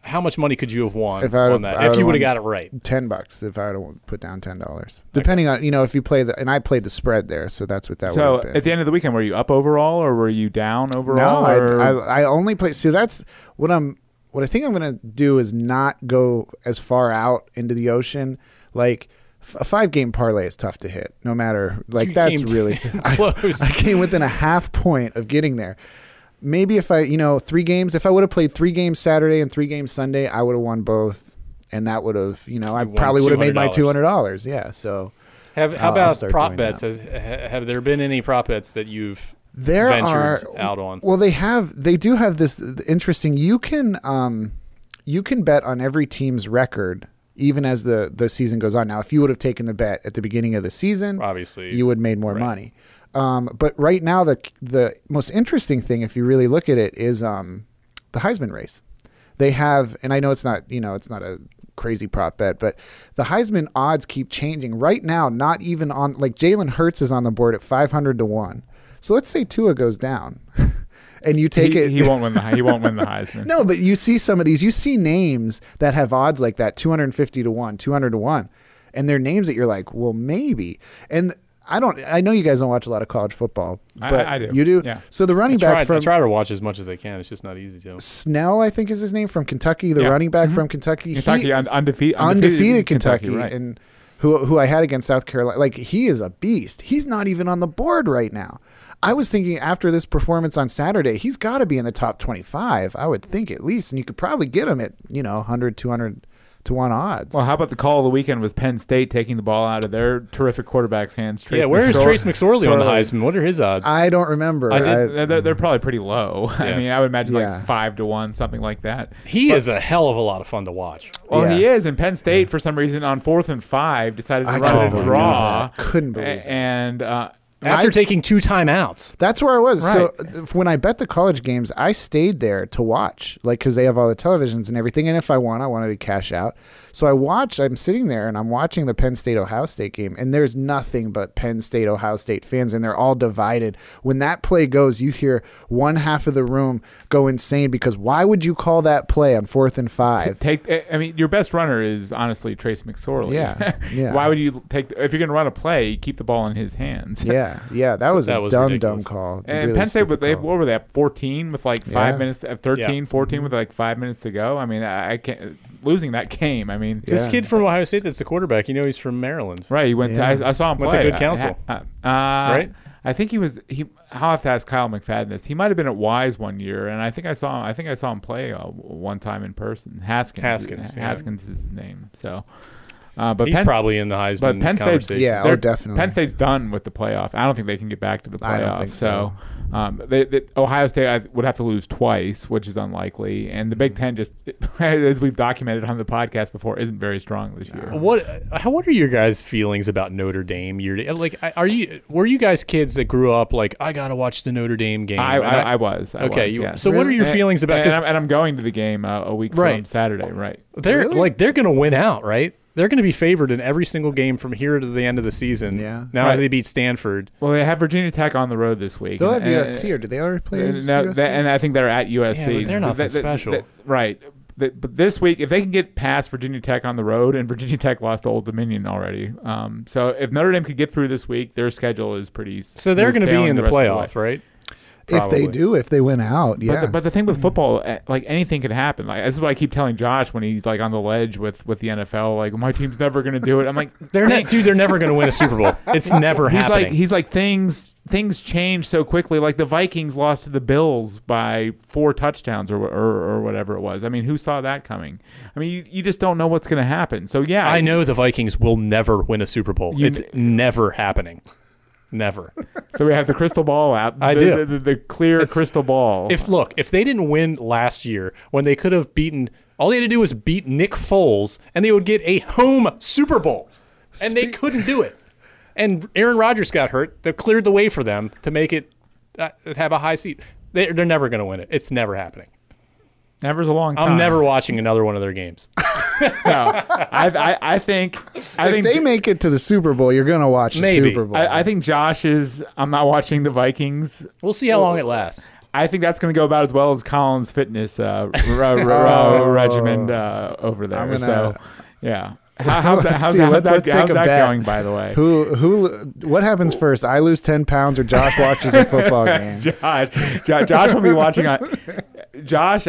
B: how much money could you have won
C: If I would've-
B: on
C: I
B: that?
C: would've
B: If you would
C: won-
B: have got it right,
C: ten bucks if I don't put down ten dollars, depending on you know if you play the and I played the spread there, so that's what that
A: So
C: would have been.
A: at the end of the weekend, were you up overall or were you down
C: No,
A: overall?
C: I,
A: or-
C: I, I only play. See, that's what I'm. What I think I'm gonna do is not go as far out into the ocean. Like f- a five game parlay is tough to hit. No matter like
B: You
C: that's
B: came (laughs)
A: (laughs)
C: really.
B: t-
C: I-
B: close.
C: I, came within a half point of getting there. Maybe if I, you know, three games. If I would have played three games Saturday and three games Sunday, I would have won both, and that would have, you know, I
B: won
C: probably would have made my two
B: $200.
C: hundred dollars. Yeah, so. (laughs)
B: have,
C: I'll-
B: how
C: I'll
B: about
C: start
B: prop
C: doing
B: bets?
C: that.
B: Has, ha- have there been any prop bets that you've
C: there
B: ventured
C: are
B: out on?
C: Well, they have they do have this interesting. You can um, you can bet on every team's record even as the the season goes on. Now, if you would have taken the bet at the beginning of the season,
B: Obviously,
C: you would have made more money. Um, but right now, the the most interesting thing, if you really look at it, is um, the Heisman race. They have, and I know it's not you know it's not a crazy prop bet, but the Heisman odds keep changing. Right now, not even on like Jalen Hurts is on the board at five hundred to one. So let's say Tua goes down, (laughs) and you take
A: he,
C: it.
A: he won't win the he won't win
C: (laughs)
A: the Heisman.
C: No, but you see some of these. You see names that have odds like that 250 to 1, 200 to 1. And they're names that you're like, well, maybe. And I don't, I know you guys don't watch a lot of college football,
A: I-
C: but
A: I do.
C: You do?
A: Yeah.
C: So the
B: I
C: running
B: try,
C: back
B: I
C: from
B: try to watch as much as I can. It's just not easy to.
C: Snell, I think is his name, from Kentucky, the
A: Yeah. Mm-hmm.
C: running back from Kentucky.
A: Kentucky
C: he
A: un-
C: is
A: undefe- undefeated,
C: undefeated Kentucky.
A: right.
C: And who, who I had against South Carolina. Like, he is a beast. He's not even on the board right now. I was thinking after this performance on Saturday, he's got to be in the top 25, I would think at least. And you could probably get him at, you know, 100, 200 to 1 odds.
A: well, how about the call of the weekend was Penn State taking the ball out of their terrific quarterback's hands? Trace
B: yeah, where is
A: McSor-
B: Trace McSorley on the
A: Sorley.
B: Heisman? What are his odds?
C: I don't remember.
A: I did,
C: I-
A: they're, they're probably pretty low. (laughs) I
B: Yeah.
A: mean, I would imagine
C: Yeah.
A: like five to one, something like that.
B: he is a hell of a lot of fun to watch.
A: Well,
C: Yeah.
A: he is, and Penn State for some reason on fourth and five decided to
C: I couldn't
A: run a
B: believe
A: draw.
C: that. Couldn't believe
A: A-
C: that.
A: And uh,
B: After taking two timeouts,
C: That's where I was. So
A: Right.
C: uh, when I bet the college games, I stayed there to watch, like because they have all the televisions and everything. And if I won, I wanted to cash out. So I watched. I'm sitting there and I'm watching the Penn State Ohio State game, and there's nothing but Penn State Ohio State fans, and they're all divided. When that play goes, you hear one half of the room go insane because why would you call that play on fourth and
A: (laughs)
C: five?
A: take. eh, I mean, your best runner is honestly Trace McSorley. (laughs)
C: Yeah, yeah.
A: Why would you take if you're going to run a play? Keep the ball in his hands.
C: yeah, yeah, that was a
B: that was
C: dumb,
B: ridiculous.
C: dumb call.
A: And
C: Really
A: Penn State,
C: stupid
A: what, they,
C: call.
A: what were they at? 14 with like five
C: Yeah. Mm-hmm.
A: minutes, uh, 13, 14 with like five minutes to go. I mean, I, I can't losing that game. I mean,
C: Yeah.
B: this kid from Ohio State that's the quarterback, you know, he's from Maryland.
A: right? He went.
C: Yeah.
A: To, I, I saw him
B: Went to
A: play.
B: good
A: I-
B: counsel.
A: I, uh,
B: Right?
A: I think he was. He. I'll have to ask Kyle McFadden this. He might have been at Wise one year, and I think I saw. Him, I think I saw him play uh, one time in person. Haskins.
B: Haskins, yeah.
A: Haskins is his name. So, uh, but
B: He's
A: Penn,
B: probably in the Heisman
A: but Penn State's
B: conversation.
C: Yeah, oh,
A: they're-
C: definitely.
A: Penn State's done with the playoff. I don't think they can get back to the playoff.
C: I don't think so.
A: so. um, they, they, Ohio State I would have to lose twice, which is unlikely. And the Big
C: Mm-hmm.
A: Ten just, (laughs) as we've documented on the podcast before, isn't very strong this year.
B: What how what are your guys feelings about Notre Dame year to, like I- are you were you guys kids that grew up like I got to watch the Notre Dame game?
A: I,
B: And
A: I, I was. I
B: Okay,
A: was,
B: you-
A: yes.
B: so what are your
A: And-
B: feelings about-
A: And,
B: 'cause-
A: I'm, and I'm going to the game uh, a week from
B: Right.
A: Saturday, right?
B: they're
C: Really?
B: like they're going to win out, right? They're going to be favored in every single game from here to the end of the season.
C: Yeah.
B: Now
A: Right.
B: they beat Stanford.
A: Well, they have Virginia Tech on the road this week.
C: They'll have
A: And-
C: USC,
A: and-
C: or did they already play?
A: Uh, no,
C: USC?
A: that- and I think they're at USC.
B: Yeah, but they're
A: So
B: nothing
A: that- that-
B: special.
A: that- right. th- but this week, if they can get past Virginia Tech on the road, and Virginia Tech lost to Old Dominion already, um, so if Notre Dame could get through this week, their schedule is pretty.
B: So they're
A: smooth
B: going to be
A: sailing
B: in the,
A: rest of way.
B: playoff, right?
C: If
B: Probably.
C: they do, if they went out,
A: But,
C: yeah.
A: the, but the thing with football, eh, like anything could happen. Like this is what I keep telling Josh when he's like on the ledge with with the NFL. Like my team's never going to do it. I'm like,
B: They're not, dude. They're never going to win a Super Bowl.
A: (laughs)
B: It's never
A: he's
B: happening.
A: like he's like things things change so quickly. Like the Vikings lost to the Bills by four touchdowns or or, or whatever it was. I mean, who saw that coming? I mean, you, you just don't know what's going to happen. So yeah,
B: I know the Vikings will never win a Super Bowl.
A: You-
B: it's never happening.
A: (laughs)
B: Never.
A: So we have the crystal ball out.
B: I
A: the,
B: do.
A: the, the, the clear
B: It's-
A: crystal ball.
B: If look, if they didn't win last year when they could have beaten all they had to do was beat Nick Foles and they would get a home Super Bowl. And they couldn't do it. And Aaron Rodgers got hurt. They cleared the way for them to make it uh, have a high seat. They, they're never going to win it. It's never happening.
A: Never's a long time.
B: I'm never watching another one of their games.
A: No, I, I I think I
C: if
A: think
C: they make it to the Super Bowl, you're going to watch
B: Maybe.
C: the Super Bowl.
A: I, I think Josh is. I'm not watching the Vikings.
B: We'll see how long it lasts.
A: I think that's going to go about as well as Colin's fitness uh, r-
C: (laughs)
A: r- r- regimen uh, over there.
C: Oh. I'm gonna-
A: so, yeah. How, how's that,
C: (laughs) Let's
A: how's
C: see.
A: that,
C: Let's-
A: how's
C: let's
A: that,
C: take
A: how's
C: a
A: that
C: bet.
A: going, by the way?
C: who who? What happens first? I lose ten pounds, or Josh watches
A: (laughs)
C: a football
A: (laughs)
C: game?
A: Josh, Josh, Josh will be watching
C: (laughs)
A: on. Josh,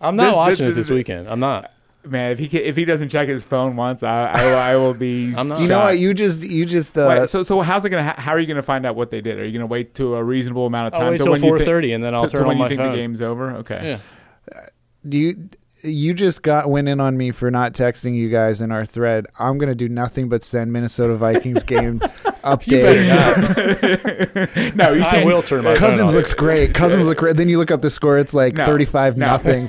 B: I'm not
A: This-
B: watching
A: this-
B: it this weekend. I'm not.
A: man, if he ca if he doesn't check his phone once, I I, will- I will be.
B: (laughs) I'm not.
C: You know
A: shot.
C: what? You just you just uh,
A: Wait, so so how's it gonna? ha- How are you gonna find out what they did? Are you gonna wait to a reasonable amount of time?
B: I'll wait
A: to
B: till
A: when you think-
B: 4:30 and then I'll
A: to- to
B: turn
A: when
B: on
A: you
B: my
A: think the
B: phone.
A: game's over. Okay.
B: Yeah.
C: do you you just got went in on me for not texting you guys in our thread. I'm gonna do nothing but send Minnesota
A: (laughs)
C: Vikings game updates.
A: No, you
B: I
A: can't. (laughs)
B: will turn my phone
C: Cousins
B: off.
C: looks great. Cousins look great. Then you look up the score. It's like
A: No, (laughs)
C: 35
A: no.
C: nothing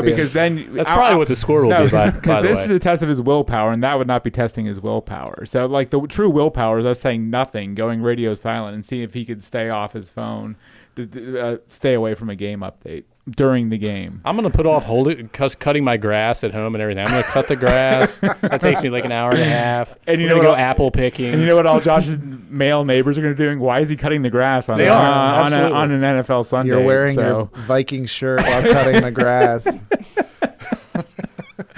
A: No, because then
B: That's probably what the score will
A: No, (laughs)
B: be by, by
A: because
B: the
A: this
B: way.
A: is a test of his willpower, and that would not be testing his willpower. So, like the true willpower is us saying nothing, going radio silent, and see if he could stay off his phone, to- to, uh, stay away from a game update during the game.
B: I'm gonna put off holding, cause cutting my grass at home and everything. I'm gonna cut the grass. that takes me like an hour and a half.
A: (laughs) And you
B: We're
A: know
B: gonna
A: what
B: go apple picking.
A: And you know what all Josh's (laughs) male neighbors are going to be doing? Why is he cutting the grass on,
B: They
A: a-
B: are,
A: on, a,
B: absolutely.
A: on an NFL Sunday?
C: you're wearing
A: so.
C: your Viking shirt while cutting the grass.
A: (laughs)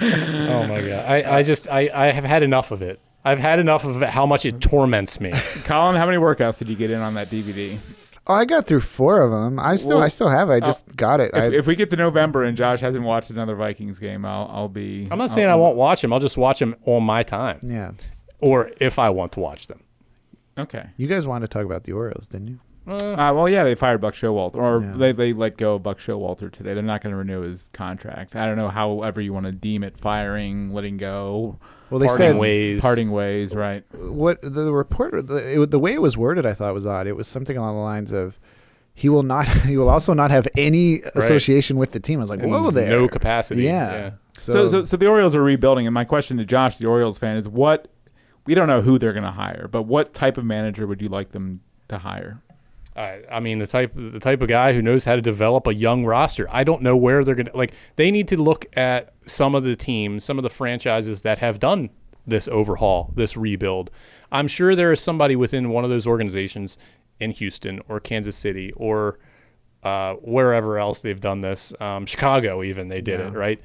B: oh my god! I, I just I, I have had enough of it. I've had enough of how much it torments me.
A: Colin, how many workouts did you get in on that DVD?
C: Oh, I got through four of them. I still
A: Well,
C: I still
B: uh,
C: have it. I just got it. I,
A: If, if we get to November and Josh hasn't watched another Vikings game, I'll I'll be.
B: I'm not saying I won't watch them. I'll just watch them on my time,
C: yeah.
B: or if I want to watch them.
A: okay.
C: You guys wanted to talk about the Orioles, didn't you?
A: (laughs) Uh, well, yeah, they fired Buck Showalter, or
C: Yeah.
A: they, they let go of Buck Showalter today. They're not going to renew his contract. I don't know, however you want to deem it, firing, letting go,
C: Well, they
B: Parting
C: said
B: ways.
A: parting ways, right?
C: what the report the, it, the way it was worded, I thought was odd. It was something along the lines of, "He will not. (laughs) He will also not have any association with the team." I was like,
B: And
C: "Whoa, there,
B: No capacity.
C: Yeah.
A: So,
C: So,
A: so, so the Orioles are rebuilding, and my question to Josh, the Orioles fan, is what we don't know who they're going to hire, but what type of manager would you like them to hire?
B: I, I mean the type the type of guy who knows how to develop a young roster. I don't know where they're gonna like. They need to look at some of the teams, some of the franchises that have done this overhaul, this rebuild. I'm sure there is somebody within one of those organizations in Houston or Kansas City or uh, wherever else they've done this. Um, Chicago, even they did it right.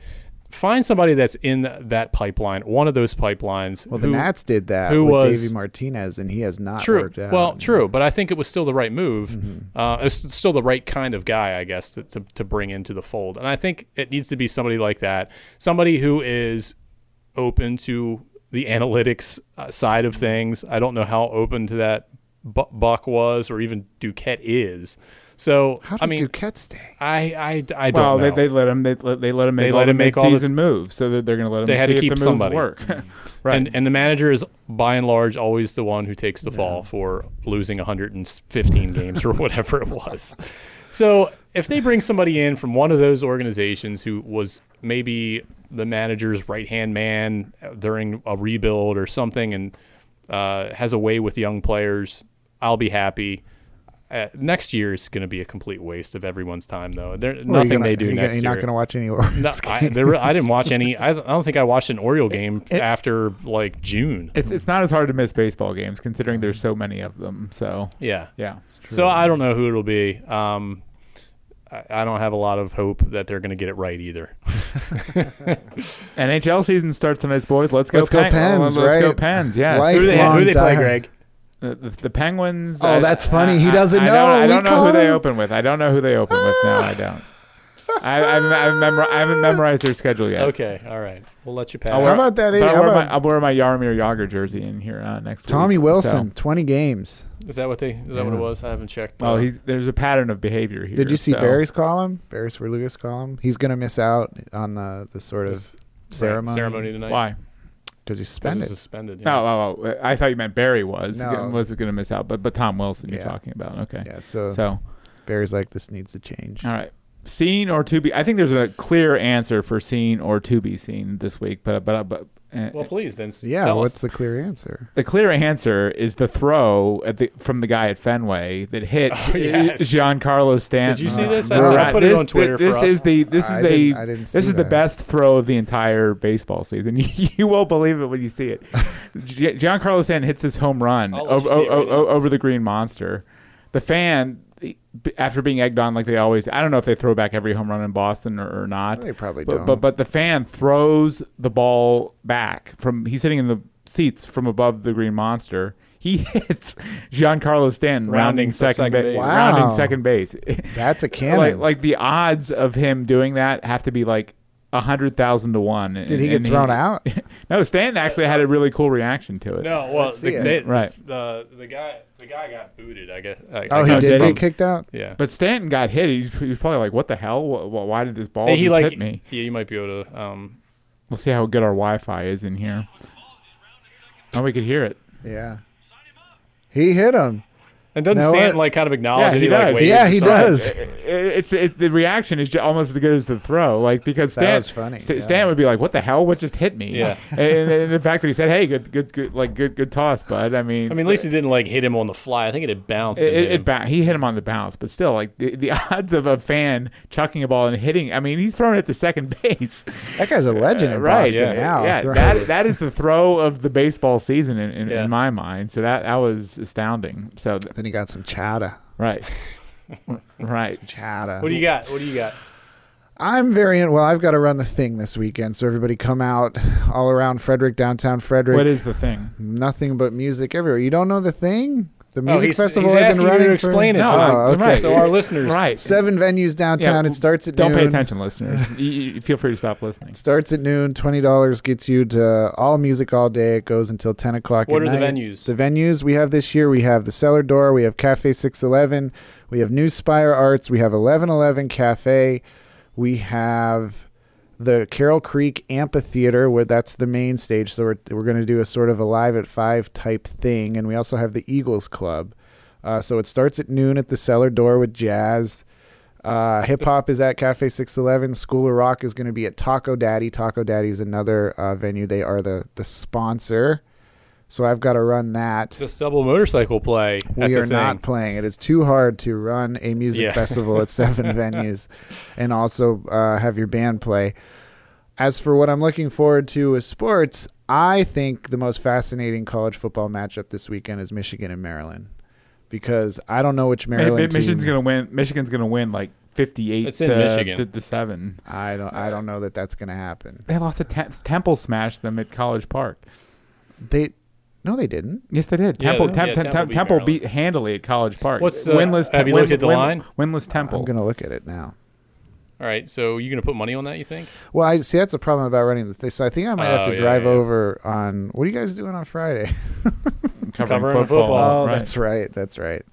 B: Find somebody that's in that pipeline, one of those pipelines.
C: well, the
B: who-
C: Nats did that
B: who
C: with
B: was-
C: Davey Martinez, and he has not
B: True.
C: worked out.
B: Well, true, but I think it was still the right move. Uh, it's still the right kind of guy, I guess, to, to to bring into the fold. And I think it needs to be somebody like that, somebody who is open to the analytics uh, side of things. I don't know how open to that Bu- Buck was, or even Duquette is. So
C: How
B: I
C: does
B: mean,
C: Duquette stay?
B: I I I don't
A: Well,
B: know.
A: they, they let him. They let, they let him make
B: They
A: all
B: let
A: the
B: him make all
A: mid-season
B: this-
A: moves, so that they're going to let him.
B: They had
A: see
B: to
A: if
B: keep
A: the moves
B: somebody.
A: Work. (laughs) right.
B: And and the manager is by and large always the one who takes the fall for losing 115 games or (laughs) whatever it was. So if they bring somebody in from one of those organizations who was maybe the manager's right hand man during a rebuild or something and uh, has a way with young players, I'll be happy. Uh, next year is going to be a complete waste of everyone's time, though. There,
C: Or are you
B: nothing
C: gonna-
B: they do
C: You're,
B: next
C: gonna-
B: year.
C: you're not going to watch any Orioles.
B: No, I, there, I didn't (laughs) watch any. I, don't- I don't think I watched an Oriole game after like June.
A: It, it's not as hard to miss baseball games, considering there's so many of them. So
B: yeah.
A: yeah.
B: So I don't know who it'll be. Um, I, I don't have a lot of hope that they're going to get it right either.
A: NHL season starts tonight, boys. Let's go.
C: Let's go
A: Pen- Let's
C: Pens,
A: go
C: right.
A: Pens. Yeah.
C: Why-
A: Who do they-
C: Lifelong
D: who do they play,
C: diehard.
D: Greg?
A: the, the Penguins.
C: Oh, that's funny.
A: I-
C: He
A: I-
C: doesn't
A: I don't-
C: know.
A: I
C: We
A: don't, know who
C: called
A: they
C: him.
A: open with. I don't know who they open with. No, I don't. I, I, haven't- I, haven't memori- I haven't memorized their schedule yet.
B: Okay, all right. We'll let you pass.
A: I'll
C: How
A: wear-
C: about that?
A: But
C: How
A: I'll, wear
C: about-
A: my, I'll wear my Yarmir Yager jersey in here uh, next week.
C: (laughs) Tommy
A: so-
C: Wilson, 20 games.
B: Is that what they? Is that what it
C: Yeah.
B: was? I haven't checked. uh,
A: Well, Oh, he's, there's a pattern of behavior here.
C: Did you see
A: so-
C: Barry's column? Barry's Verluga's column? He's going to miss out on the, the sort of ceremony.
B: ceremony tonight.
A: Why?
C: Because he's
B: Because it's
C: suspended.
B: Suspended.
A: No, oh, oh, I thought you meant Barry was
C: No.
A: was going to miss out, but but Tom Wilson you're
C: Yeah.
A: talking about. Okay,
C: Yeah, so,
A: so Uh,
C: Barry's like, this needs to change.
A: all right, seen or to be. I think there's a clear answer for seen or to be seen this week, but but but. Uh,
B: Well, please then. s-
C: So, yeah,
B: tell us.
C: what's the clear answer?
A: the clear answer is the throw at the from the guy at Fenway that hit
B: (laughs) Oh, yes.
A: Giancarlo Stanton.
B: Did you see this?
C: I- I
B: put it
A: this-
B: on Twitter
A: This
B: for
A: is
B: us.
A: the this
C: I
A: is the
C: didn't- I didn't
A: this
C: see
A: is the
C: that.
A: best throw of the entire baseball season. (laughs) you won't believe it when you
C: (laughs)
A: see it. Gi- Giancarlo Stanton hits this home run
B: I'll let
A: over,
B: Oh, you see it right now.
A: over the Green Monster. The fan, after being egged on like they always, I don't know if they throw back every home run in Boston or, or not.
C: They probably
A: But,
C: don't.
A: but but the fan throws the ball back from he's sitting in the seats from above the green monster. He (laughs) hits Giancarlo Stanton rounding,
B: Rounding for
A: second,
B: second
A: base,
B: base.
A: rounding
C: Wow.
A: second base. (laughs)
C: That's a cannon.
A: like like the odds of him doing that have to be like a hundred thousand to one.
C: Did he get thrown out?
A: (laughs) No, Stanton actually had a really cool reaction to it.
B: No, well,
C: Let's see
B: the,
C: it.
B: they,
A: Right.
B: The the guy the guy got booted. I guess. I, I
C: Oh, he
A: No,
B: guess
C: did
A: did he?
C: get kicked out?
B: Yeah.
A: But Stanton got hit. He was, he was probably like, "What the hell? Why, why did this ball
B: Hey,
A: just
B: he like
A: Oh, hit me?"
B: yeah. You might be able to. Um,
A: We'll see how good our Wi-Fi is in here. Oh, we could hear it.
C: Yeah. He hit him.
B: and doesn't
C: Now
B: Stanton
C: what?
B: like kind of acknowledge
A: Yeah,
B: it?
A: he
B: Oh, like,
A: does.
B: waves
C: Yeah,
B: or
C: he
B: something?
C: does.
A: it's it, the reaction is ju- almost as good as the throw, like because
C: That
A: Stan,
C: was funny,
A: Sta-
C: yeah.
A: Stan would be like, "What the hell? What just hit me?"
B: Yeah.
A: (laughs) and, and the fact that he said, "Hey, good, good, good, like good, good toss, bud." I mean,
B: I mean, at least he didn't like hit him on the fly. I think it had bounced.
A: it,
B: and
A: it,
B: hit him.
A: it ba- he hit him on the bounce, but still, like the, the (laughs) odds of a fan chucking a ball and hitting. I mean, he's thrown it to second (laughs) base,
C: That guy's a legend in
A: Uh, right?
C: Boston
B: yeah.
C: now.
A: yeah.
C: Throw-
A: That that is the throw of the baseball season in, in,
B: Yeah.
A: in my mind. So that that was astounding. So th-
C: then he got some chowder. (laughs)
A: right, right.
C: Chowder.
B: What do you got? What do you got?
C: I'm very in. Well, I've got to run the thing this weekend, so everybody come out all around Frederick, downtown Frederick.
A: What is the thing?
C: nothing but music everywhere? You don't know the thing? The music
B: Oh, he's-
C: festival
B: he's
C: I've
B: asking
C: been
B: you to
C: running.
B: explain
C: for,
B: it to
C: Oh,
B: him.
C: okay.
A: Right.
B: So our listeners,
A: Right.
C: Seven venues downtown.
A: Yeah,
C: it starts at
A: Don't
C: noon.
A: pay attention, listeners.
C: (laughs)
A: you, you- feel free to stop listening.
C: Starts at noon. Twenty dollars gets you to all music all day. It goes until ten o'clock.
B: What
C: at
B: are the
C: night.
B: venues?
C: The venues we have this year: we have the Cellar Door, we have Cafe Six Eleven, we have New Spire Arts, we have Eleven Eleven Cafe, we have the Carroll Creek Amphitheater, where that's the main stage. So we're we're going to do a sort of a live at five type thing, and we also have the Eagles Club. Uh, so it starts at noon at the Cellar Door with jazz. Uh, Hip hop is at Cafe 611. School of Rock is going to be at Taco Daddy. Taco Daddy is another uh, venue. They are the the sponsor. So I've got to run that.
B: this double motorcycle play. at
C: We
B: the
C: are not
B: thing.
C: playing it. It's too hard to run a music
B: Yeah.
C: festival
B: (laughs)
C: at seven venues and also uh, have your band play. As for what I'm looking forward to with sports, I think the most fascinating college football matchup this weekend is Michigan and Maryland because I don't know which
A: Mi- Mi-
C: Maryland
A: Michigan's
C: team.
A: gonna win. Michigan's gonna win like fifty-eight
B: It's in
A: to,
B: Michigan.
A: to, to seven.
C: I don't. I don't know that that's going to happen.
A: They lost to Tem- Temple. Smashed them at College Park.
C: They no, they didn't.
A: Yes, they did.
B: Yeah,
A: Temple.
B: yeah,
A: Tem- Tem- Tem-
B: Temple beat
A: Temple
B: Maryland.
A: beat handily at College Park.
B: What's the-
A: winless?
B: have you
A: win-
B: looked at the
A: win-
B: line?
A: Winless Temple.
C: I'm going to look at it now.
B: All right, so you gonna put money on that? You think?
C: Well, I see that's a problem about running the thing. So I think I might have
B: Oh,
C: to
B: yeah,
C: drive
B: yeah.
C: over on. What are you guys doing on Friday?
A: covering,
B: covering
A: football.
B: football.
C: oh,
A: right.
C: that's right. That's right.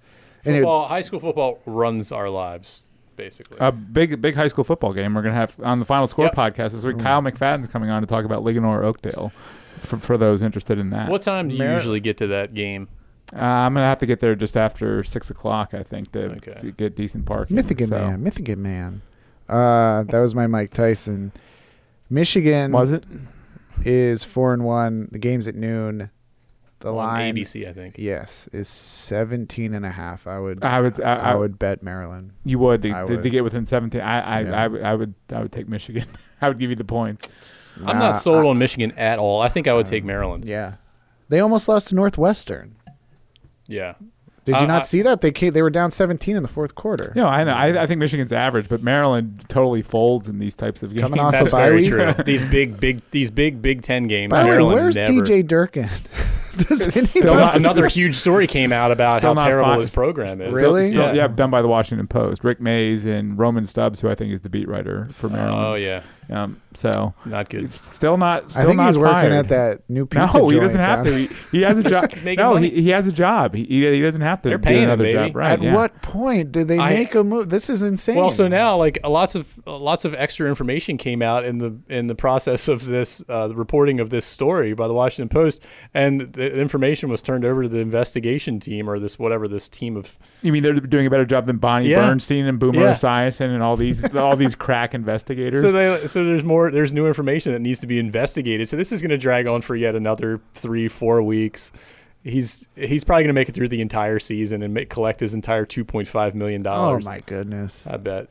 C: And it's,
B: Football, high school football runs our lives basically.
C: Uh,
A: a big, big high school football game. We're gonna have on the Final Score
B: Yep.
A: podcast this
C: Mm.
A: week. Kyle McFadden's coming on to talk about Ligonor Oakdale. For, for those interested in that,
B: what time do you
C: Mar-
B: usually get to that game?
A: Uh, I'm gonna have to get there just after six o'clock, I think, to,
B: Okay.
A: to get decent parking.
C: Mythican
A: so-
C: Man. Mythican Man. Uh, that was my Mike Tyson. Michigan
A: Was it?
C: is four and one. The game's at noon. The
B: on
C: line,
B: ABC, I think.
C: yes, is 17 and a half. I would,
A: I would. I,
C: I,
A: I, would.
C: would bet Maryland.
A: You would to,
C: I
A: to- to
C: would.
A: get within seventeen. I. I,
C: Yeah.
A: I, would, I would. I would take Michigan. (laughs) I would give you the points.
B: I'm
C: Nah,
B: not sold on Michigan at all. I think I would take Maryland.
C: Yeah, they almost lost to Northwestern.
B: Yeah.
C: Did you
B: Uh,
C: not
B: I-
C: see that they came, they were down 17 in the fourth quarter?
A: No, I know. I, I think Michigan's average, but Maryland totally folds in these types of games.
C: Coming off
B: That's
C: the bye
B: very
C: week?
B: true.
D: these big, big, these big Big Ten games.
C: By the way,
D: Maryland
C: where's
D: never-
C: DJ Durkin? (laughs) Does
A: Still
C: anybody-
A: not-
B: Another huge story came out about
A: Still
B: how
A: not
B: terrible
A: fine.
B: his program is.
C: Really?
A: Still-
B: Yeah.
A: yeah. done by the Washington Post. Rick Mays and Roman Stubbs, who I think is the beat writer for
B: Oh
A: Maryland.
B: yeah,
A: Um, so
B: not good.
A: still not. Still
C: I think
A: not
C: he's working
A: fired.
C: at that new pizza
A: No,
C: joint.
A: he doesn't have
C: down-
A: to. He, he
C: (laughs)
A: has a job.
D: making
A: no,
D: money.
A: he, he has a job. He, he, he doesn't have to
D: They're
A: do
D: paying him,
A: another
D: baby.
A: job. Right?
C: At
A: yeah.
C: what point did they
B: I-
C: make a move? This is insane.
B: Well, so now like uh, lots of uh, lots of extra information came out in the in the process of this uh, the reporting of this story by the Washington Post, and the information was turned over to the investigation team or this whatever this team of
A: You mean they're doing a better job than Bonnie
B: Yeah.
A: Bernstein and Boomer
B: Yeah.
A: Esiason and all these all these
C: (laughs)
A: crack investigators?
B: so they so there's more there's new information that needs to be investigated. So this is going to drag on for yet another three four weeks. He's he's probably going to make it through the entire season and make, collect his entire two point five million
C: oh
B: dollars.
C: my goodness.
B: I bet.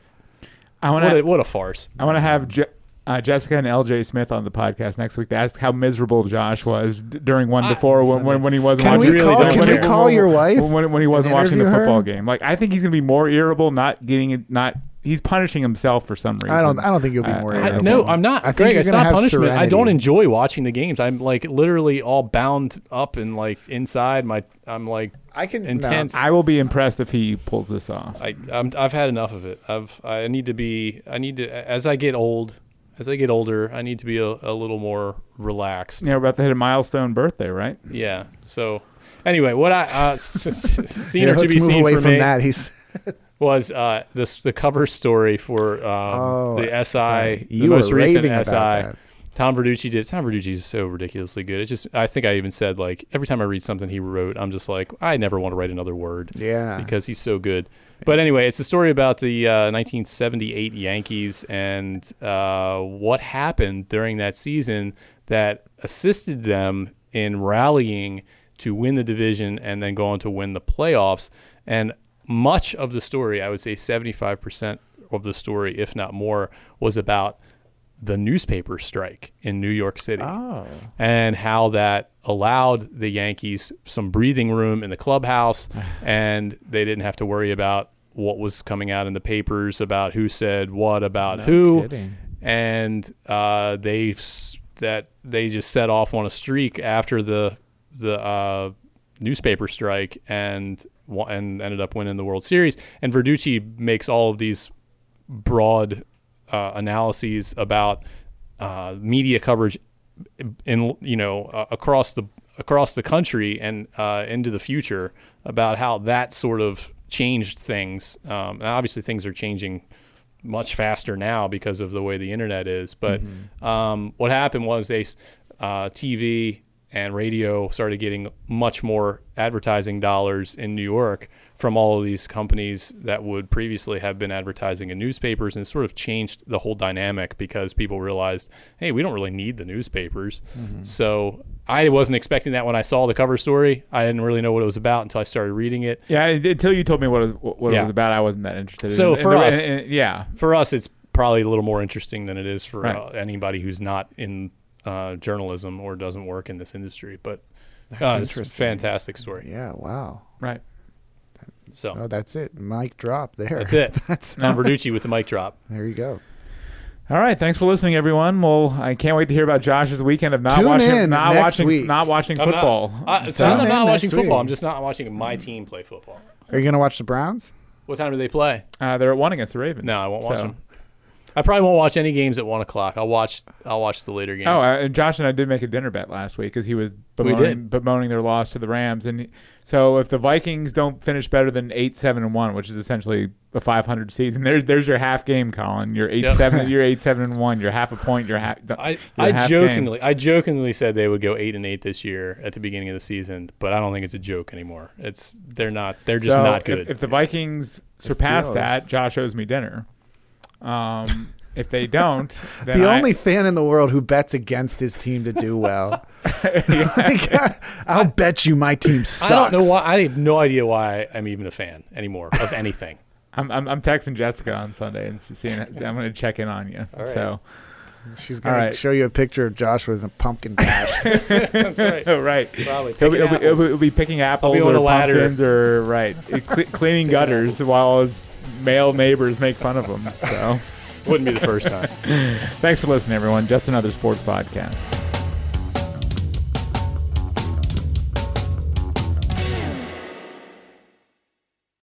A: I want
B: What
A: to
B: a, what a farce.
A: I want to have Je- uh, Jessica and LJ Smith on the podcast next week to ask how miserable Josh was d- during one to four when, when, when he wasn't
C: Can
A: watching.
C: we
B: really
C: call?
B: don't
C: Can we
B: care.
C: call your wife?
A: when, when, when he wasn't
C: and
A: watching the
C: interview her?
A: football game? Like I think he's going to be more irritable, not getting it, not he's punishing himself for some reason. Uh,
C: I don't. I don't think you'll be
A: I-
C: more.
A: I-
B: I,
C: irritable.
B: no, I'm not.
C: I think
B: Greg,
C: you're
B: it's
C: gonna
B: not
C: have
B: punishment. I
C: serenity.
B: don't enjoy watching the games. I'm like literally all bound up and like inside my. I'm like
C: I can no.
B: intense.
A: I will be impressed if he pulls this off.
B: I I'm, I've had enough of it. I've I need to be. I need to as I get old. As I get older, I need to be a, a little more relaxed.
A: You know, we're about to hit a milestone birthday, right?
B: Yeah. So, anyway, what I uh, seen
C: (laughs) Yeah,
B: or to
C: let's
B: be
C: move
B: seen
C: away
B: for
C: from
B: me
C: that. He's
B: was uh, this the cover story for um,
C: Oh,
B: the SI, the
C: SI. You
B: most
C: were
B: recent
C: raving about
B: SI.
C: that.
B: Tom Verducci did. Tom Verducci is so ridiculously good. It just, I think I even said like every time I read something he wrote, I'm just like, I never want to write another word (laughs)
C: yeah.
B: because he's so good. But anyway, it's a story about the uh, 1978 Yankees and uh, what happened during that season that assisted them in rallying to win the division and then go on to win the playoffs. And much of the story, I would say 75% of the story, if not more, was about the newspaper strike in New York City
C: oh,
B: and how that allowed the Yankees some breathing room in the clubhouse, and they didn't have to worry about what was coming out in the papers about who said what about who,
C: kidding.
B: and uh, they s- that they just set off on a streak after the the uh, newspaper strike and wa- and ended up winning the World Series. And Verducci makes all of these broad uh, analyses about uh, media coverage in you know uh, across the across the country and uh, into the future about how that sort of changed things. Um, and obviously, things are changing much faster now because of the way the internet is. But um, what happened was they s- uh, TV and radio started getting much more advertising dollars in New York from all of these companies that would previously have been advertising in newspapers and it sort of changed the whole dynamic because people realized, hey, we don't really need the newspapers. So I wasn't expecting that when I saw the cover story. I didn't really know what it was about until I started reading it.
A: Yeah, and- until you told me what it, what it
B: Yeah.
A: was about, I wasn't that interested.
B: So
A: in,
B: for
A: in the-
B: us-
A: in- in- yeah,
B: for us, it's probably a little more interesting than it is for uh,
A: Right.
B: anybody who's not in uh, journalism or doesn't work in this industry. But that's
C: interesting.
B: fantastic story.
C: yeah. Wow.
A: right.
B: So
C: Oh, that's it. Mic drop there.
B: that's it.
C: (laughs) That's
B: Tom Verducci with the mic drop.
C: there. You go.
A: All right, thanks for listening, everyone. Well, I can't wait to hear about Josh's weekend of not
C: Tune
A: watching,
C: in
A: not
C: next
A: watching,
C: week.
A: not watching
B: I'm not-
A: football.
B: I, it's Mm.
A: So-
B: not that I'm
C: Tune
B: not
C: in
B: watching
C: next
B: football.
C: week.
B: I'm just not watching my team play football.
C: Are you gonna watch the Browns?
B: What time do they play?
A: uh, they're at one against the Ravens.
B: No, I won't watch
A: So-
B: them. I probably won't watch any games at one o'clock. I'll watch. I'll watch the later games.
A: Oh, uh, and Josh and I did make a dinner bet last week because he was bemoaning,
B: did.
A: bemoaning their loss to the Rams, and he- so if the Vikings don't finish better than eight, seven, and one, which is essentially a 500 season, there's there's your half game, Colin. You're eight
B: Yep.
A: seven, you're
B: (laughs)
A: eight seven and one. You're half a point. You're half.
B: I,
A: you're
B: I
A: half
B: jokingly I jokingly said they would go eight and eight this year at the beginning of the season, but I don't think it's a joke anymore. It's they're not they're
A: game.
B: just
A: So
B: not
A: if-
B: good.
A: If, the Vikings surpass
C: feels-
A: that, Josh owes me dinner. Um, if they
C: (laughs)
A: don't, then
C: the
A: I-
C: only fan in the world who bets against his team to do
B: (laughs)
C: well. (laughs) Like, I'll bet you my team sucks.
B: I don't know why I have no idea why I'm even a fan anymore of anything.
A: I'm, I'm I'm texting Jessica on Sunday and seeing I'm going to check in on you. So, (laughs)
C: She's gonna
A: right.
C: show you a picture of Josh with a pumpkin patch.
B: (laughs) That's right.
A: Oh, right.
B: Probably.
A: He'll be, he'll, be,
B: Picking
A: he'll
B: apples.
A: be- he'll be picking apples
B: be on
A: or
B: a ladder.
A: pumpkins or
B: (laughs)
A: right, Cle- cleaning gutters while his male neighbors make fun of him. So,
B: Wouldn't be the first time.
A: thanks for listening, everyone. Just another sports podcast.